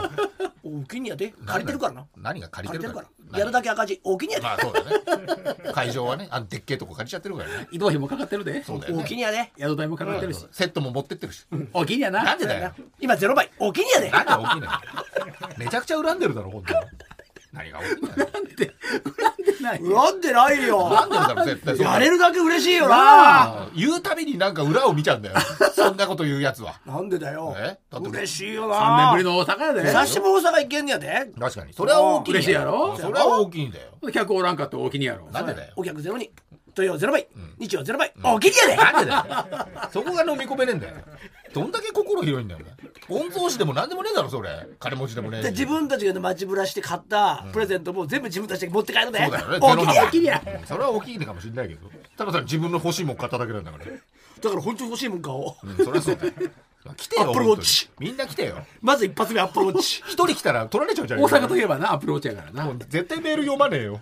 お気に入りやで 借りてるからな何が借り借てりてるるかからやるだけけ赤字お気に入りやまあそうだね会場はねあのでっけえとこ借りちゃってるからね移動費もかかってるで。そうだでよおね気に入りやで宿代もかかってるし。セットも持ってってるしお気にやな。なんでだよ今ゼロ倍お気に入りやでなんで大きいのよめちゃくちゃ恨んでるだろ、本当に。何が大きいのよない。恨んでないよ恨んでるだろ、絶対。やれるだけ嬉しいよなああ言うたびになんか裏を見ちゃうんだよ。そんなこと言うやつは。なんでだよえだって嬉しいよな3年ぶりの大阪や久しぶり大阪行けんねやで確かに。それは大きいんだよ。嬉しいやろそれは大きいんだよ。で。客おらんかってお気にやろ。なんでだよ。お客ゼロに土曜ゼロ倍日曜ゼロ倍お気に入りやでなんでだよ。そこが飲み込めねえんだよ。どんだけ心広いんだよ、お前。御曹司でも何でもねえだろ、それ。金持ちでもねえしで自分たちが街ぶらして買ったプレゼントも全部自分たちで持って帰るねそうだよね。おゼ気ロにな入んりだやよ大きいやうんそれは大きいのかもしれないけど。たださん自分の欲しいもん買っただけなんだから。だから本当に欲しいもん買おううん、それはそうだよ。来てよ。アップルウォッチ本当にみんな来てよ。まず一発目アップロー チ一人来たら取られちゃうじゃん。大阪といえばな、アプローチやからもなう。絶対メール読まねえ よ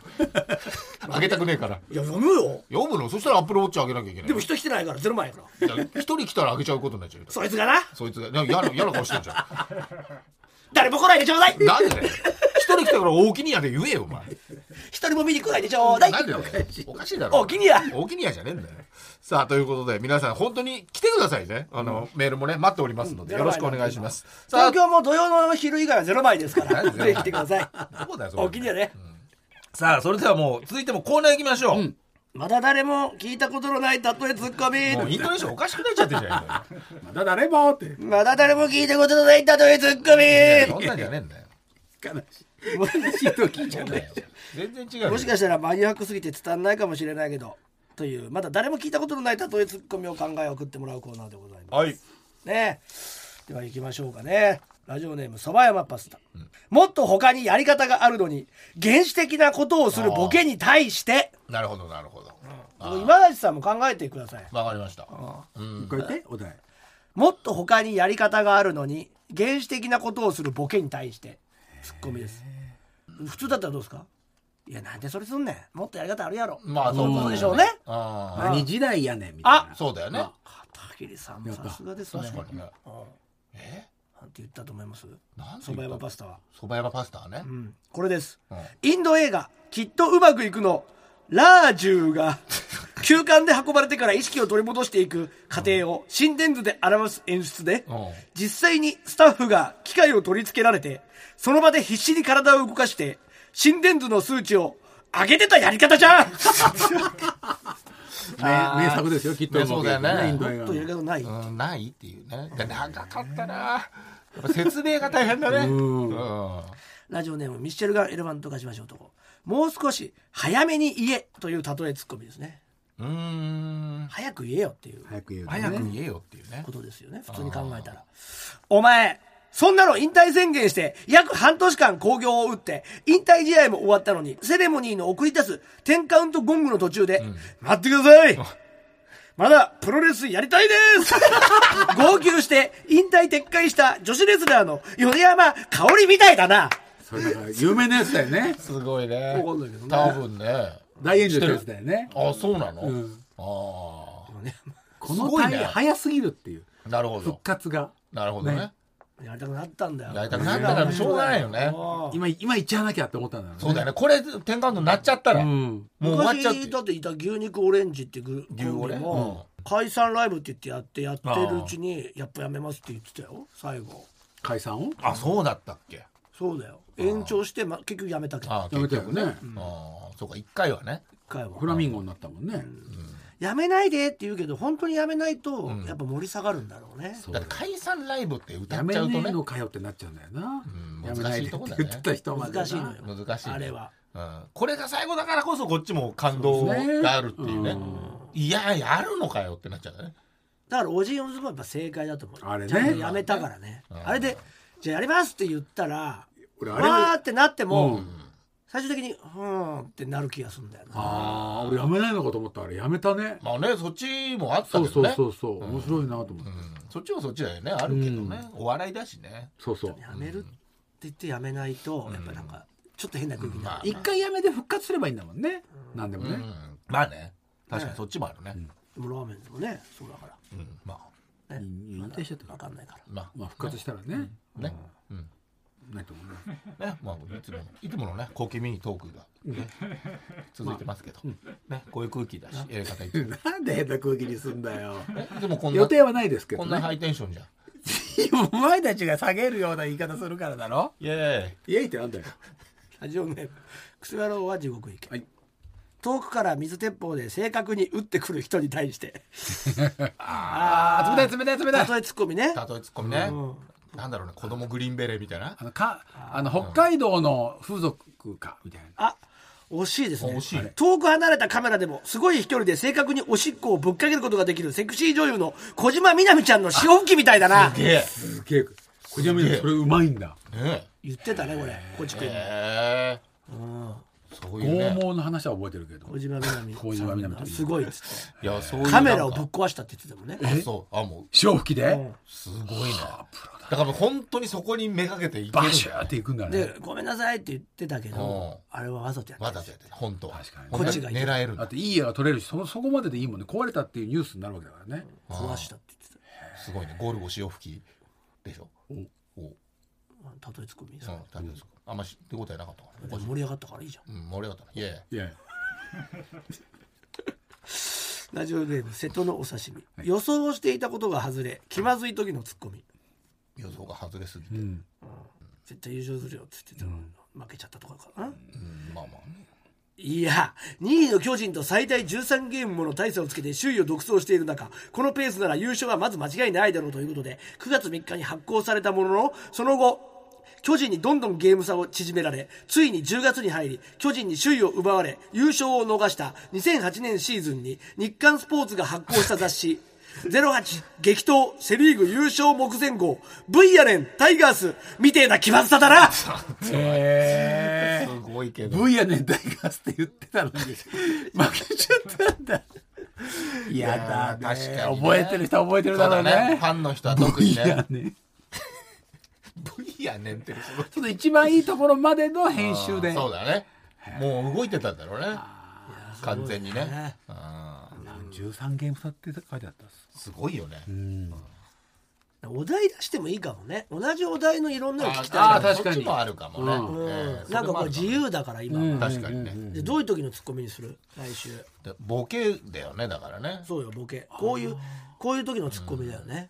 あげたくねえからいや読むよ読むのそしたらアップルウォッチあげなきゃいけないでも人来てないからゼロ枚やからいや一人来たらあげちゃうことになっちゃうよそいつがなそいつがなんか嫌な嫌な顔してんじゃん誰も来ないでちょうだいなんでだよ一人来たから大きにやで言えよお前一人も見に来ないでちょうだいなんでだよおかしいだろ大きにや大きにやじゃねえんだよさあということで皆さん本当に来てくださいねあの、メールもね待っておりますので、うんよろしくお願いしますさあ東京も土曜の昼以外はゼロ枚ですかなんらでゼロぜひ来てください そうだよそれお気に入りやでさあそれではもう続いてもコーナー行きましょう、まだ誰も聞いたことのない例えツッコもうミイントネーションおかしくなっちゃってるじゃん今まだ誰もって。まだ誰も聞いたことのない例えツッコミそんなんじゃねえんだよ悲しい。悲しい時じゃない。全然 違うよもしかしたらマニアックすぎて伝わんないかもしれないけどというまだ誰も聞いたことのない例えツッコミを考え送ってもらうコーナーでございますはいねでは行きましょうかねラジオネームそば山パスタ、もっと他にやり方があるのに原始的なことをするボケに対してなるほどなるほど。あもう今立さんも考えてくださいわかりました。一回言って、お題。もっと他にやり方があるのに原始的なことをするボケに対してツッコミです普通だったらどうですかいやなんでそれすんねんもっとやり方あるやろまあそううことでしょうねあ何時代やねんみたいなあ。そうだよね。片桐さんもさすがですね確かにね。なんて言ったと思いますなんてそ言ったば山パスタはそば山パスタはね。うんこれです、うんインド映画「きっとうまくいくの」ラージュが 休館で運ばれてから意識を取り戻していく過程を心電図で表す演出で、うん実際にスタッフが機械を取り付けられてその場で必死に体を動かして心電図の数値を上げてたやり方じゃん名名作ですよ、きっと。ねそうだよねインド 映ちょ画っとやり方ない、うんないっていうね。で長かったな。やっぱ説明が大変だね。うんラジオネームミッシェルガン・エレファント化しましょうとこもう少し早めに言えという例えツッコミですねうーん。早く言えよっていう早く言うとね早く言えよっていうねこ。とですよね普通に考えたらお前そんなの引退宣言して約半年間興行を打って引退試合も終わったのにセレモニーの送り出す10カウントゴングの途中で「待ってくださいまだプロレスやりたいです 号泣して引退撤回した女子レスラーの米山香織みたいだなそれだから有名なやつだよねすごいねわかんないけどね多分ね大炎上したやつだよねあそうなの、うんあこすのごいタイね早すぎるっていうあなるほど復活がなるほどねねやりたくなったんだよやりたくなったからしょうがないよねああ今今行っちゃわなきゃって思ったんだよねそうだよねこれ転換となっちゃったら、うもんう終わっちゃうっ昔てだっていた牛肉オレンジってグ牛コンビオレうんも解散ライブって言ってやってやってるうちにやっぱやめますって言ってたよ最後解散をあそうだったっけそうだよ延長して、ま、結局やめたけどあやめたよねあーそうか一回はね一回はフラミンゴになったもんねやめないでって言うけど本当にやめないとやっぱ盛り下がるんだろうね、そうだって解散ライブって歌やっめちゃうねとえねのかよってなっちゃうんだよなうんやめないでって言ってた人までな難しいのよ難しいねあれはうん、これが最後だからこそこっちも感動そうですねがあるっていうねうんいややるのかよってなっちゃうねだからおじいおずもやっぱ正解だと思うあれねちゃんとやめたからね、うんあれでじゃあやりますって言ったら俺あれもわーってなっても、うん最終的にうーんってなる気がするんだよなああ俺やめないのかと思ったあれやめたねまあねそっちもあったけどそうねそうそうそう面白いなと思ってうんそっちはそっちだよねあるけどね、お笑いだしねそうそうやめるって言ってやめないと、やっぱなんかちょっと変な空気になる、一回やめて復活すればいいんだもんねなんでもうねんまあね確かにそっちもあるね、でもラーメンでもねそうだからうんまあ引退しちゃった分からかんないからままあ復活したらねあね、うんないと思うねねまあ、いつものいつものね小気味いいトークが、ね、続いてますけど、ね、こういう空気だしやり方いつも なんで変な空気にすんだよ。ねいつもこんな予定はないですけこどん なね。ハイテンションじゃんお前たちが下げるような言い方するからだろ。イエーイイエイってなんだよ。ラジオネームクスワローは地獄行け、はい遠くから水鉄砲で正確に撃ってくる人に対して ああ冷たい冷たい冷たい。例えツッコミね例えツッコミね、なんだろうね子供グリーンベレーみたいなあのかあの北海道の風俗かみたいな。あ惜しいですね惜しい遠く離れたカメラでもすごい飛距離で正確におしっこをぶっかけることができるセクシー女優の小島みなみちゃんの潮吹きみたいだなげえすげえ。小島みたいなそれうまいんだ。ね言ってたねこれこちえくんへえそういう拷ね問の話は覚えてるけど。小島みなみ小島みなみというすごいっつっていやそういうカメラをなんぶっか壊したって言ってたもんねあそうあもう潮吹きですごいねだからもう本当にそこにめがけていけるバシューっていくんだねで。ごめんなさいって言ってたけうんどあれはわざとやってわたざとやってる本当は確かに本当はこっちがいい狙えるんだだっていい絵が撮れるしそのそこまででいいもんね壊れたっていうニュースになるわけだからね。壊したって言ってすごいねゴルゴ潮吹きでしょおおたよ例えツッコミその大丈夫ですかあんまし手応えなかったからね盛り上がったからいいじゃんうん盛り上がったねイエーイいやいやラジオネーム瀬戸のお刺身、予想をしていたことが外れ気まずい時のツッコミ予想が外れすぎて、うん。絶対優勝するよっつってたのに負けちゃったとかかな、まあまあねいや2位の巨人と最大13ゲームもの大差をつけて首位を独走している中このペースなら優勝はまず間違いないだろうということで9月3日に発行されたもののその後巨人にどんどんゲーム差を縮められついに10月に入り巨人に首位を奪われ優勝を逃した2008年シーズンに日刊スポーツが発行した雑誌「08激闘セ・リーグ優勝目前号 V アレンタイガース」みてえな奇抜さだなへえ。すごいけど V やねんタイガースって言ってたのに 負けちゃったんだいやだやーね確かにね覚えてる人は覚えてるだろうそうだねねファンの人は特にね V やね V やねんってすごいちょっと一番いいところまでの編集でそうだねもう動いてたんだろうね完全にねうん13ゲーム差って書いてあったっすすごいよねお題出してもいいかもね同じお題のいろんなの聞きたいああー確確かかににそっちもあるかもねうええなんかこうそ自れも由だから今、あるかも確かにねでどういう時のツッコミにする来週でボケだよねだからねそうよボケこういうこういう時のツッコミだよね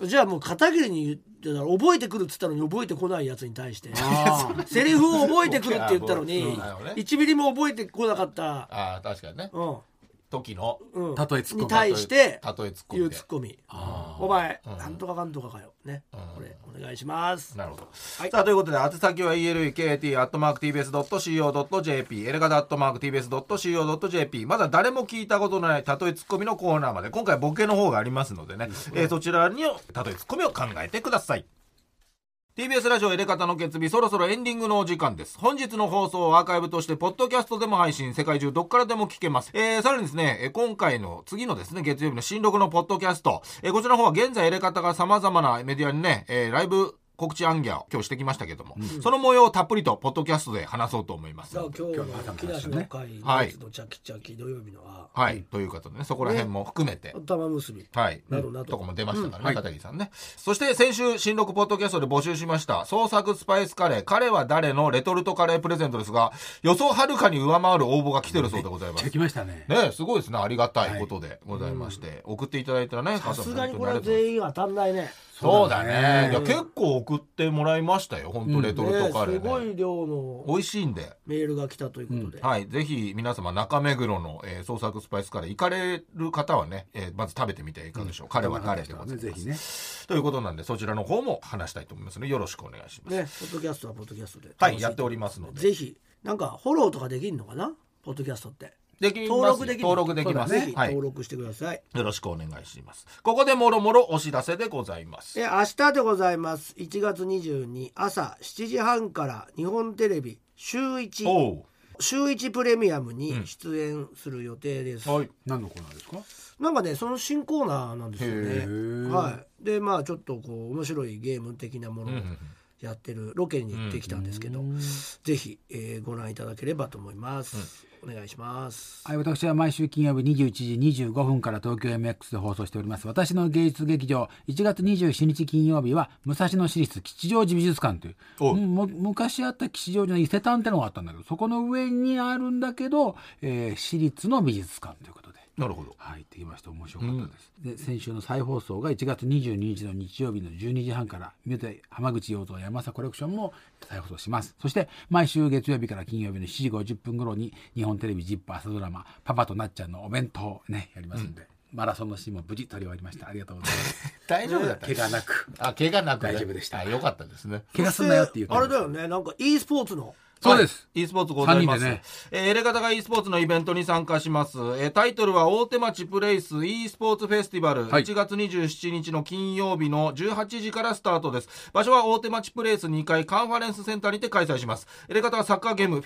うん、じゃあもう片桐に言ってたら覚えてくるっつったのに覚えてこないやつに対して セリフを覚えてくるって言ったのボにケはもうそうだよね1ミリも覚えてこなかった、ああ確かにねうん時のうん、例えツッコミに対してたとえツッコ言ミうでツッコミお前、なんとかかんとかかよね、これお願いしますなるほど。さあ、ということで、宛先は elekt.tbs.co.jp、エレガダ .tbs.co.jp、まだ誰も聞いたことのないたとえツッコミのコーナーまで、今回ボケの方がありますのでね、えーそちらに、たとえツッコミを考えてください。 TBS ラジオエレカタの決日そろそろエンディングのお時間です本日の放送をアーカイブとしてポッドキャストでも配信世界中どっからでも聞けます、えー、さらにですねえー今回の次のですね月曜日の新録のポッドキャスト、えー、こちらの方は現在エレカタが様々なメディアにね、えーライブ告知アンギャを今日してきましたけども、その模様をたっぷりとポッドキャストで話そうと思いますさあ今日の木梨の会のはいやつのチャキチャキ土曜日のははい、ということでねそこら辺も含めて、玉結びはい。などなどとかも出ましたからね、片桐さんね。そして先週、新録ポッドキャストで募集しました、創作スパイスカレー、彼は誰のレトルトカレープレゼントですが、予想をはるかに上回る応募が来てるそうでございまじゃあす。来ましたね。ねすごいですね。ありがたいことでございまして、送っていただいたらね、さすがにこれは全員当たんないねそうだね。いやうん結構送ってもらいましたよ、本当レトルトカレねすごーね。い量の美味しいんで。メールが来たということではい。ぜひ、皆様、中目黒の、えー創作スパイスカレー、行かれる方はね、えーまず食べてみてはいかがでしょう。彼は誰でございます。ぜひね。ということなんで、そちらの方も話したいと思いますので、よろしくお願いします。ねポッドキャストはポッドキャストではい、やっておりますので。ぜひなんかフォローとかできるのかなポッドキャストってできます登録できる登録できますそうだねぜひはい登録してくださいよろしくお願いします。ここでもろもろお知らせでございます。で明日でございます1月22朝7時半から日本テレビ週1おう。週1プレミアムに出演する予定です、はい。何のコーナーですかなんかねその新コーナーなんですよへねーはいでまあちょっとこう面白いゲーム的なものをやってるロケに行ってきたんですけど、ぜひ、えーご覧いただければと思います、お願いしますはい、私は毎週金曜日21時25分から東京 MX で放送しております。私の芸術劇場、1月27日金曜日は、武蔵野市立吉祥寺美術館という、おうんも昔あった吉祥寺の伊勢丹ってのがあったんだけど、そこの上にあるんだけど、えー市立の美術館ということで。なるほど。はい、行ってきました。面白かったです。で、先週の再放送が1月22日の日曜日の12時半から、ミューテ浜口洋三山下コレクションも再放送します。そして、毎週月曜日から金曜日の7時50分頃に、日本テレビジップ朝ドラマ、パパとなっちゃんのお弁当ね、やりますんで、マラソンのシーンも無事撮り終わりました。ありがとうござい ます。大丈夫だった怪我なく。あ、怪我なくね。大丈夫でしたあよかったですね。怪我すんなよって言ってあれだよねなんか e スポーツのそうです。 e スポーツございます。三人でねえーエレガタが e スポーツのイベントに参加します。えータイトルは大手町プレイス e スポーツフェスティバル。はい1月27日の金曜日の18時からスタートです。場所は大手町プレイス2階カンファレンスセンターにて開催します。エレガタはサッカーゲーム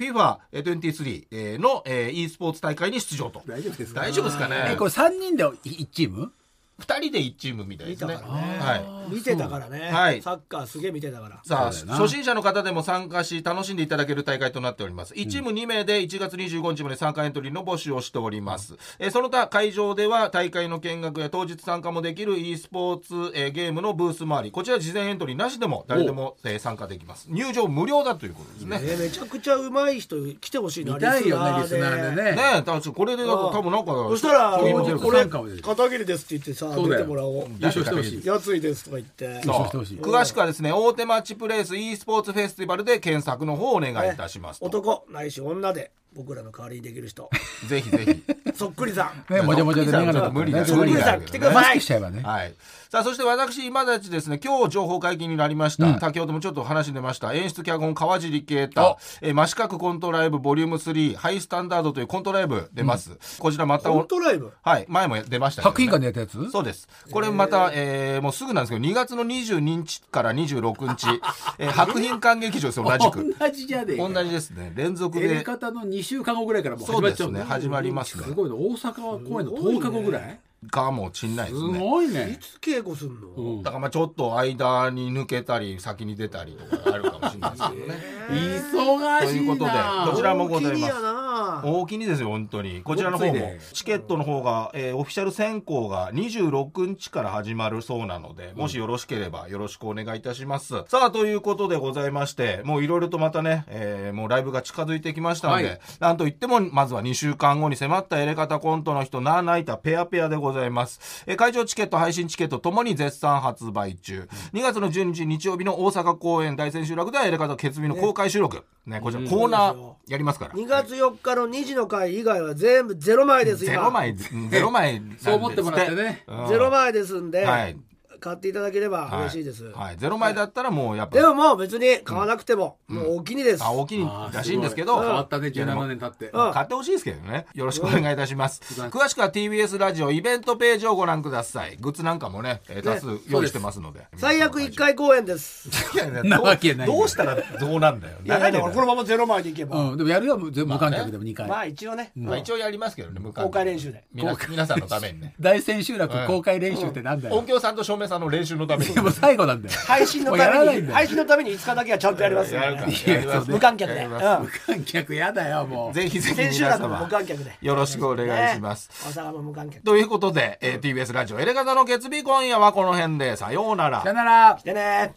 FIFA23 えーの、えー e スポーツ大会に出場と。大丈夫ですか大丈夫ですかえ、ねこれ3人で1チーム二人で1チームみたいです見ね。たからねはい。見てたからね、はいサッカーすげえ見てたからさあそうだよな初心者の方でも参加し楽しんでいただける大会となっております1チーム2名で1月25日まで参加エントリーの募集をしております、えーその他会場では大会の見学や当日参加もできる e スポーツ、えーゲームのブースもありこちら事前エントリーなしでも誰でも、えー参加できます入場無料だということですねえーめちゃくちゃうまい人来てほしいな見たいよね、リスナーでね。ねえ確かこれでだと多分なんかそしたらこういうの出るこれ参加も出る片桐ですって言ってさそう出だよてもらおう優勝してほしい。やついですとか言ってそうしてほしい詳しくはですね大手町プレイス e スポーツフェスティバルで検索の方をお願いいたしますと、男ないし女で僕らの代わりにできる人ぜひぜひそっくりさんね、もじゃもじゃでメガネだ無理だだいぶ無理だだけど来てくださいマスクしちゃえばね。はい。さあ、そして私、今たちですね、今日情報解禁になりました。先ほどもちょっと話に出ました。演出脚本、川尻啓太、えー、真四角コントライブボリューム3、ハイスタンダードというコントライブ出ます。こちらまたお、コントライブはい、前も出ましたけどね白品館でやったやつそうです。これまた、えーもうすぐなんですけど、2月の22日から26日、 えー、白品館劇場です、同 じく。同じじゃねえか同じですね。連続やりで。方の2週間後ぐらいからもうそう始までっちゃすうね。ね始まりますねす。ごいね大阪は公演の10日後ぐらいかもしんないですすね。ごいいねつ稽古すんの、だからまあちょっと間に抜けたり先に出たりとかあるかもしれないですけどね。忙ということでどちらもございま大すきやな大きにですよ本当にこちらの方ごっついもねチケットの方が、えーオフィシャル選考が26日から始まるそうなのでもしよろしければよろしくお願いいたします、さあということでございましてもういろいろとまたね、えーもうライブが近づいてきましたので、はいなんといってもまずは2週間後に迫ったエレカタコントの人ナーナイタペアペアでございます、えー会場チケット配信チケットともに絶賛発売中、2月の12日日曜日の大阪公演大千秋楽ではエレカタ決日の公開収録、ね、こちらコーナーやりますから2月4日の2時の回以外は全部ゼロ枚ですゼ今ロ枚、ゼロ枚なんです。そう思ってもらってねうんゼロ枚ですんで、はい買っていただければはい嬉しいです、はい、ゼロ枚だったらもうやっぱ、でももう別に買わなくても、もうお気にです、あ大きいらしいんですけどあーごい変わったね、17年経って。うん買ってほしいですけどね。よろしくお願いいたします。詳しくは TBS ラジオイベントページをご覧ください。グッズなんかもね、えー多数用意してますので。最悪1回公演です皆さんも大丈夫。なわけないどうどうしたらどうなんだよ。いやいやだからこのまままゼロ枚でいけば、うん、でもやるよ、全部無観客でも2回。まあ一応ね、あ一応やりますけどね、向公開練習で皆皆さんのためにね。大千秋楽公開練習ってなんだよ音。響さんと照明さんの練習のために。でも最後なんだよ。配信のもうやたらなめいんにだ配よ。信のために5日だけはちゃんとやりますよ、やるからいややります無観客で、やりうますん、無観客やだよ、もう。ぜひぜひ千秋皆楽も無様、観客でよろしくお願いします。ね、大阪も無観客ということで、えー TBS ラジオエレガタの月日今夜はこの辺で、さようならさよ。なら。でね